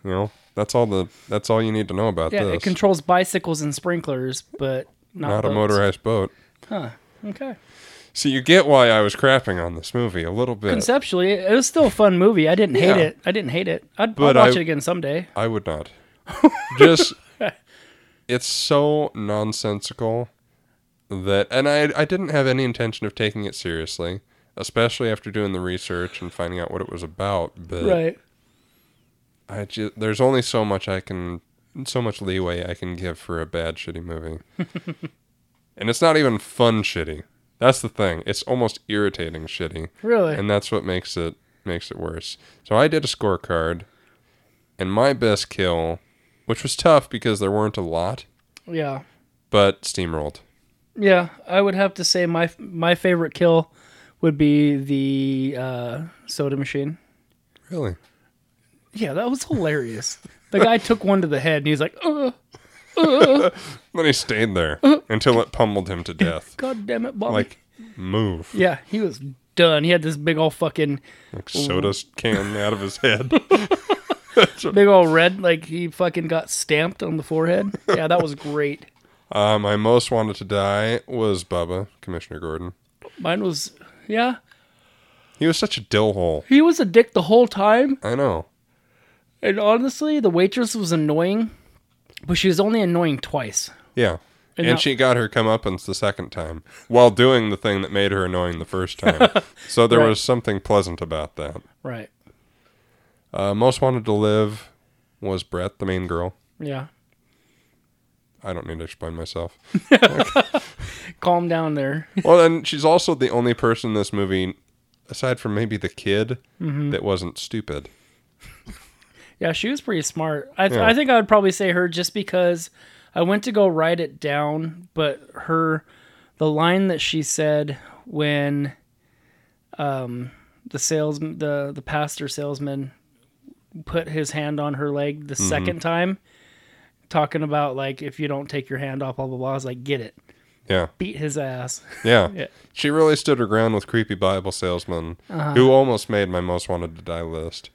Speaker 2: You know that's all the that's all you need to know about
Speaker 4: yeah
Speaker 2: this.
Speaker 4: it controls bicycles and sprinklers but not,
Speaker 2: not a
Speaker 4: boats.
Speaker 2: motorized boat.
Speaker 4: okay
Speaker 2: So you get why I was crapping on this movie a little bit.
Speaker 4: conceptually it was still a fun movie i didn't hate
Speaker 2: Yeah.
Speaker 4: it i didn't hate it i'd, I'd
Speaker 2: But
Speaker 4: watch
Speaker 2: I-
Speaker 4: it again someday
Speaker 2: I would
Speaker 4: [LAUGHS]
Speaker 2: not. Just it's so nonsensical that and I I didn't have any intention of taking it seriously, especially after doing the research and finding out what it was about, but
Speaker 4: right
Speaker 2: I just there's only so much I can so much leeway I can give for a bad shitty movie. and it's not even fun shitty. That's the thing. It's almost irritating shitty.
Speaker 4: really
Speaker 2: And that's what makes it makes it worse. So I did a scorecard, and my best kill, which was tough because there weren't a lot,
Speaker 4: yeah
Speaker 2: but steamrolled.
Speaker 4: yeah i would have to say my my favorite kill would be the uh, soda machine
Speaker 2: Really?
Speaker 4: yeah that was hilarious
Speaker 2: [LAUGHS]
Speaker 4: the guy took one to the head and he's like Ugh.
Speaker 2: Then he stayed there until it pummeled him to
Speaker 4: [LAUGHS]
Speaker 2: death.
Speaker 4: God damn it, Bobby.
Speaker 2: Like, move.
Speaker 4: yeah, he was done. He had this big old fucking
Speaker 2: Like soda can out of his head.
Speaker 4: big old red, like he fucking got stamped on the forehead. Yeah, that was great.
Speaker 2: Uh, my most wanted to die was Bubba, Commissioner Gordon.
Speaker 4: Mine was yeah.
Speaker 2: He was such a dill hole.
Speaker 4: He was a dick the whole time.
Speaker 2: I know.
Speaker 4: And honestly, the waitress was annoying, but she was only annoying twice.
Speaker 2: Yeah. And,
Speaker 4: now-
Speaker 2: she got her comeuppance the second time while doing the thing that made her annoying the first time. so there
Speaker 4: Right.
Speaker 2: was something pleasant about that.
Speaker 4: Right.
Speaker 2: Uh, most wanted to live was Brett, the main girl.
Speaker 4: Yeah.
Speaker 2: I don't need to explain myself.
Speaker 4: Calm down there.
Speaker 2: well, and she's also the only person in this movie, aside from maybe the kid, that wasn't stupid.
Speaker 4: Yeah, she was pretty smart. I, th-
Speaker 2: Yeah.
Speaker 4: I think I would probably say her just because I went to go write it down, but her, the line that she said when, um, the sales the the pastor salesman put his hand on her leg the second time, talking about like if you don't take your hand off, blah blah blah. I was like, get it,
Speaker 2: Yeah.
Speaker 4: beat his ass.
Speaker 2: Yeah.
Speaker 4: Yeah.
Speaker 2: She really stood her ground with creepy Bible salesman, who almost made my most wanted to die list.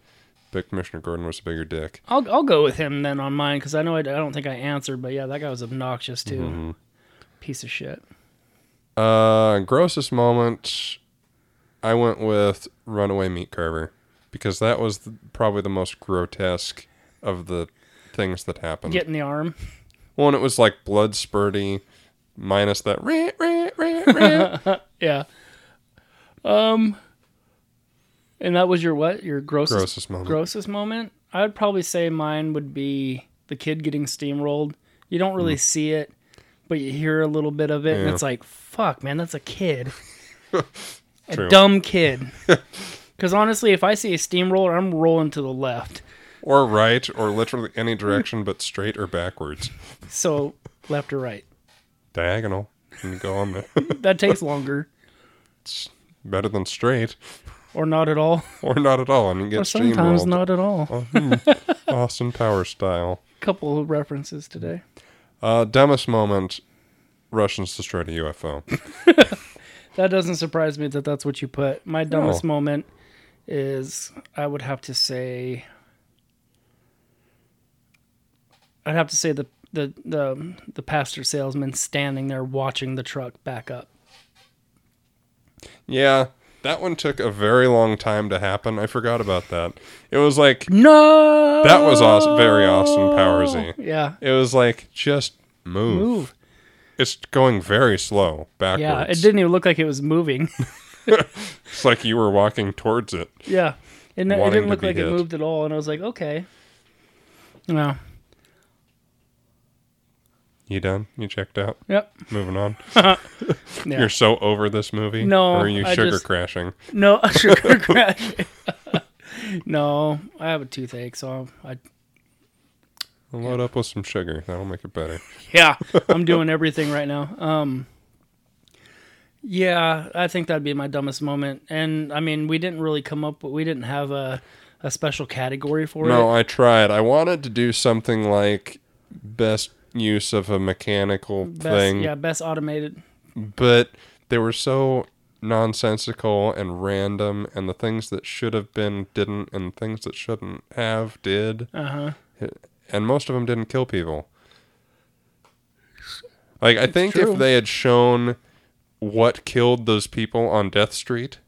Speaker 2: But Commissioner Gordon was a bigger dick.
Speaker 4: I'll I'll go with him then on mine because I know I, I don't think I answered, but yeah, that guy was obnoxious too. Piece of shit.
Speaker 2: Uh, grossest moment, I went with Runaway Meat Carver because that was the, probably the most grotesque of the things that happened.
Speaker 4: Get in the arm.
Speaker 2: Well, and it was like blood spurty, minus that. "Rah, rah, rah, rah."
Speaker 4: Yeah. Um and that was your what? Your grossest
Speaker 2: Grossest moment.
Speaker 4: grossest moment? I would probably say mine would be the kid getting steamrolled. You don't really see it, but you hear a little bit of it, and
Speaker 2: Mm. Yeah.
Speaker 4: it's like, fuck, man, that's
Speaker 2: [LAUGHS]
Speaker 4: a kid, a
Speaker 2: True. [LAUGHS]
Speaker 4: dumb kid. Because honestly, if I see a steamroller, I'm rolling to the left.
Speaker 2: Or right, or literally any direction but straight or backwards.
Speaker 4: So left or right.
Speaker 2: Diagonal. And go on there. [LAUGHS]
Speaker 4: That takes longer,
Speaker 2: Better than straight.
Speaker 4: or not
Speaker 2: [LAUGHS]
Speaker 4: at all,
Speaker 2: Or not at all. And you
Speaker 4: or
Speaker 2: get
Speaker 4: sometimes
Speaker 2: steamrolled.
Speaker 4: not at all.
Speaker 2: Oh. Austin Power style.
Speaker 4: couple of references today.
Speaker 2: Uh, dumbest moment Russians destroyed a UFO.
Speaker 4: That doesn't surprise me that that's what you put. My dumbest
Speaker 2: No.
Speaker 4: moment is I would have to say I'd have to say the the the the pastor salesman standing there watching the truck back up.
Speaker 2: [LAUGHS] yeah. That one took a very long time to happen. I forgot about that. It was like
Speaker 4: No.
Speaker 2: that was awesome, very Austin Powersy.
Speaker 4: Yeah.
Speaker 2: It was like just move.
Speaker 4: Move.
Speaker 2: It's going very slow backwards.
Speaker 4: Yeah, it didn't even look like it was moving. [LAUGHS]
Speaker 2: It's like you were walking towards it.
Speaker 4: yeah. And it
Speaker 2: Wanting to
Speaker 4: didn't look
Speaker 2: be
Speaker 4: like it
Speaker 2: hit.
Speaker 4: moved at all and I was like, "Okay." No.
Speaker 2: You done? You checked out?
Speaker 4: Yep.
Speaker 2: Moving on.
Speaker 4: [LAUGHS] Yeah.
Speaker 2: You're so over this movie.
Speaker 4: No,
Speaker 2: Or are you
Speaker 4: I
Speaker 2: sugar
Speaker 4: just-
Speaker 2: crashing?
Speaker 4: No, [LAUGHS]
Speaker 2: [LAUGHS]
Speaker 4: a sugar crash. [LAUGHS] no, I have a toothache, so I
Speaker 2: Load up with some sugar. That'll make it better.
Speaker 4: yeah, I'm doing everything right now. Um, yeah, I think that'd be my dumbest moment. And I mean, we didn't really come up, with we didn't have a a special category for
Speaker 2: No,
Speaker 4: it.
Speaker 2: I tried. I wanted to do something like best use of a mechanical
Speaker 4: Best,
Speaker 2: thing,
Speaker 4: yeah, best automated.
Speaker 2: but they were so nonsensical and random, and the things that should have been didn't, and things that shouldn't have did.
Speaker 4: Uh huh.
Speaker 2: and most of them didn't kill people. Like I think
Speaker 4: true.
Speaker 2: if they had shown what killed those people on Death
Speaker 4: [LAUGHS]
Speaker 2: Street,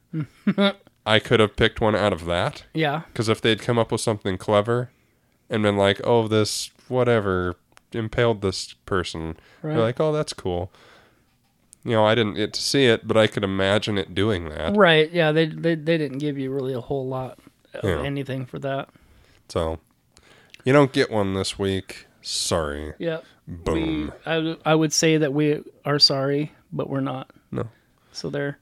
Speaker 2: I could have picked one out of that.
Speaker 4: Yeah,
Speaker 2: Because if they'd come up with something clever, and been like, "Oh, this whatever impaled this person,"
Speaker 4: right.
Speaker 2: you're like, "Oh, that's cool." You know, I didn't get to see it, but I could imagine it doing that.
Speaker 4: right. Yeah, they, they they didn't give you really a whole lot of
Speaker 2: Yeah.
Speaker 4: anything for that.
Speaker 2: So, you don't get one this week. Sorry.
Speaker 4: Yeah.
Speaker 2: Boom.
Speaker 4: I I would say that we are sorry, but we're not.
Speaker 2: No.
Speaker 4: So there.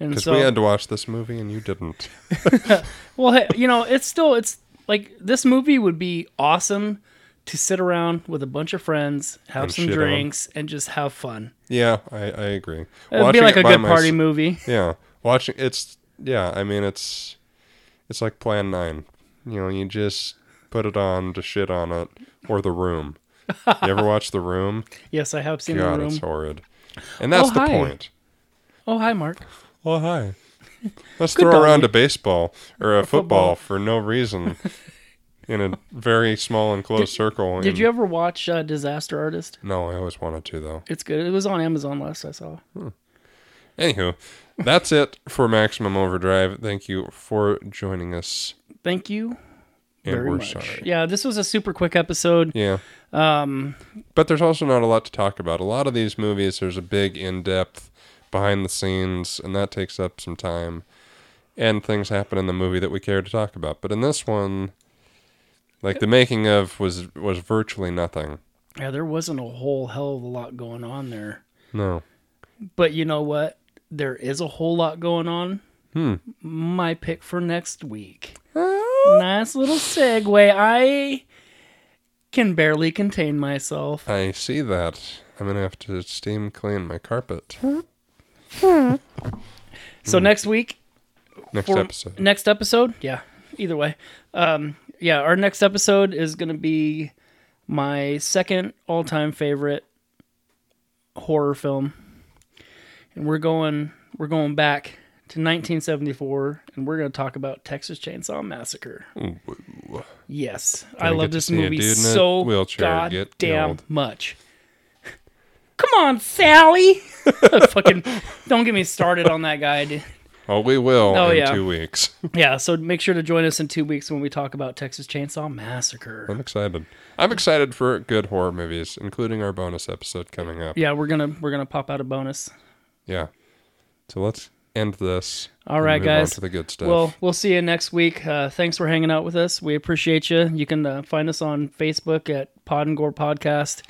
Speaker 4: And
Speaker 2: Because
Speaker 4: so
Speaker 2: we had to watch this movie and you didn't.
Speaker 4: Well, hey, you know, it's still it's like this movie would be awesome to sit around with a bunch of friends, have
Speaker 2: And
Speaker 4: some
Speaker 2: shit on 'em.
Speaker 4: drinks, and just have fun.
Speaker 2: Yeah, I, I agree.
Speaker 4: It'd be like a
Speaker 2: by
Speaker 4: good
Speaker 2: mys-
Speaker 4: party movie.
Speaker 2: Yeah, watching it's yeah. I mean, it's it's like Plan Nine. You know, you just put it on to shit on it, or The Room. You ever watch The
Speaker 4: [LAUGHS]
Speaker 2: Room?
Speaker 4: Yes, I have seen
Speaker 2: God,
Speaker 4: the
Speaker 2: it's
Speaker 4: room.
Speaker 2: horrid. And that's
Speaker 4: Oh,
Speaker 2: the
Speaker 4: hi.
Speaker 2: point.
Speaker 4: Oh, hi, Mark.
Speaker 2: Well, hi. Let's
Speaker 4: Good
Speaker 2: throw
Speaker 4: dog.
Speaker 2: around a baseball or a, football,
Speaker 4: football.
Speaker 2: for no
Speaker 4: [LAUGHS]
Speaker 2: reason in a very small enclosed circle.
Speaker 4: Did
Speaker 2: and-
Speaker 4: you ever watch uh, Disaster Artist?
Speaker 2: No, I always wanted to though.
Speaker 4: It's good. It was on Amazon last I saw.
Speaker 2: Anywho, that's it for Maximum Overdrive. Thank you for joining us.
Speaker 4: Thank you
Speaker 2: And
Speaker 4: very
Speaker 2: we're
Speaker 4: much.
Speaker 2: sorry.
Speaker 4: Yeah, this was a super quick episode.
Speaker 2: Yeah.
Speaker 4: Um,
Speaker 2: But there's also not a lot to talk about. A lot of these movies, there's a big in depth behind the scenes, and that takes up some time. And things happen in the movie that we care to talk about. But in this one, like the making of was was virtually nothing.
Speaker 4: yeah, there wasn't a whole hell of a lot going on there.
Speaker 2: No.
Speaker 4: But you know what? There is a whole lot going on.
Speaker 2: Hmm.
Speaker 4: My pick for next week. Nice little segue. I can barely contain myself.
Speaker 2: I see that. I'm gonna have to steam clean my
Speaker 4: [LAUGHS]
Speaker 2: carpet.
Speaker 4: So next week,
Speaker 2: Next
Speaker 4: for
Speaker 2: episode.
Speaker 4: next episode, yeah. Either way, um, yeah. Our next episode is gonna be my second all-time favorite horror film, and we're going we're going back to 1974, and we're gonna talk about Texas Chainsaw Massacre. Yes, I
Speaker 2: Gonna
Speaker 4: love
Speaker 2: get to
Speaker 4: this
Speaker 2: see a
Speaker 4: movie
Speaker 2: dude in a
Speaker 4: so
Speaker 2: wheelchair get
Speaker 4: goddamn
Speaker 2: nailed.
Speaker 4: much. [LAUGHS] Come on, Sally. [LAUGHS] Fucking, don't get me started on that guy. dude.
Speaker 2: Oh, we will
Speaker 4: Oh,
Speaker 2: in
Speaker 4: yeah.
Speaker 2: two weeks. [LAUGHS]
Speaker 4: Yeah, so make sure to join us in two weeks when we talk about Texas Chainsaw Massacre.
Speaker 2: I'm excited. I'm excited for good horror movies, including our bonus episode coming up.
Speaker 4: Yeah, we're gonna we're gonna pop out a bonus.
Speaker 2: Yeah. So let's end this.
Speaker 4: All
Speaker 2: and
Speaker 4: right,
Speaker 2: move on
Speaker 4: guys.
Speaker 2: to the good stuff.
Speaker 4: Well, we'll see you next week. Uh, thanks for hanging out with us. We appreciate you. You can uh, find us on Facebook at Pod and Gore Podcast.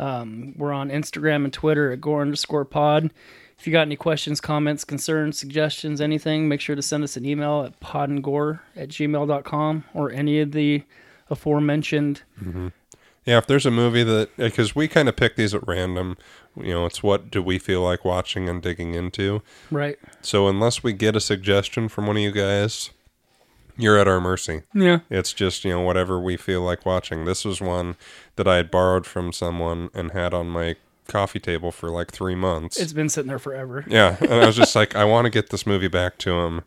Speaker 4: Um, we're on Instagram and Twitter at Gore underscore Pod. If you got any questions, comments, concerns, suggestions, anything, make sure to send us an email at podandgore at gmail.com or any of the aforementioned.
Speaker 2: Yeah, if there's a movie that because we kind of pick these at random, you know, it's what do we feel like watching and digging into.
Speaker 4: Right.
Speaker 2: So unless we get a suggestion from one of you guys, you're at our mercy.
Speaker 4: Yeah.
Speaker 2: It's just you know whatever we feel like watching. This was one that I had borrowed from someone and had on my coffee table for like three months.
Speaker 4: It's been sitting there forever.
Speaker 2: yeah, and I was just like, I want to get this movie back to him.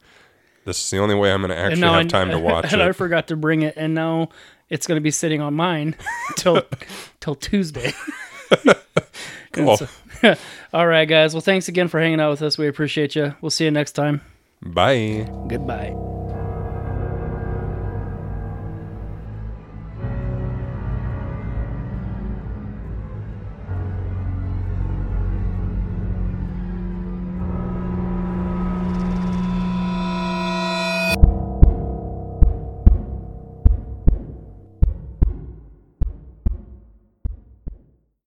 Speaker 2: This is the only way I'm going to actually
Speaker 4: now
Speaker 2: have
Speaker 4: I-
Speaker 2: time to watch
Speaker 4: [LAUGHS] and I
Speaker 2: it.
Speaker 4: forgot to bring it, and now it's going to be sitting
Speaker 2: [LAUGHS]
Speaker 4: on mine till till Tuesday.
Speaker 2: Cool.
Speaker 4: [LAUGHS] All right, guys. Well, thanks again for hanging out with us. We appreciate you. We'll see you next time.
Speaker 2: Bye.
Speaker 4: Goodbye.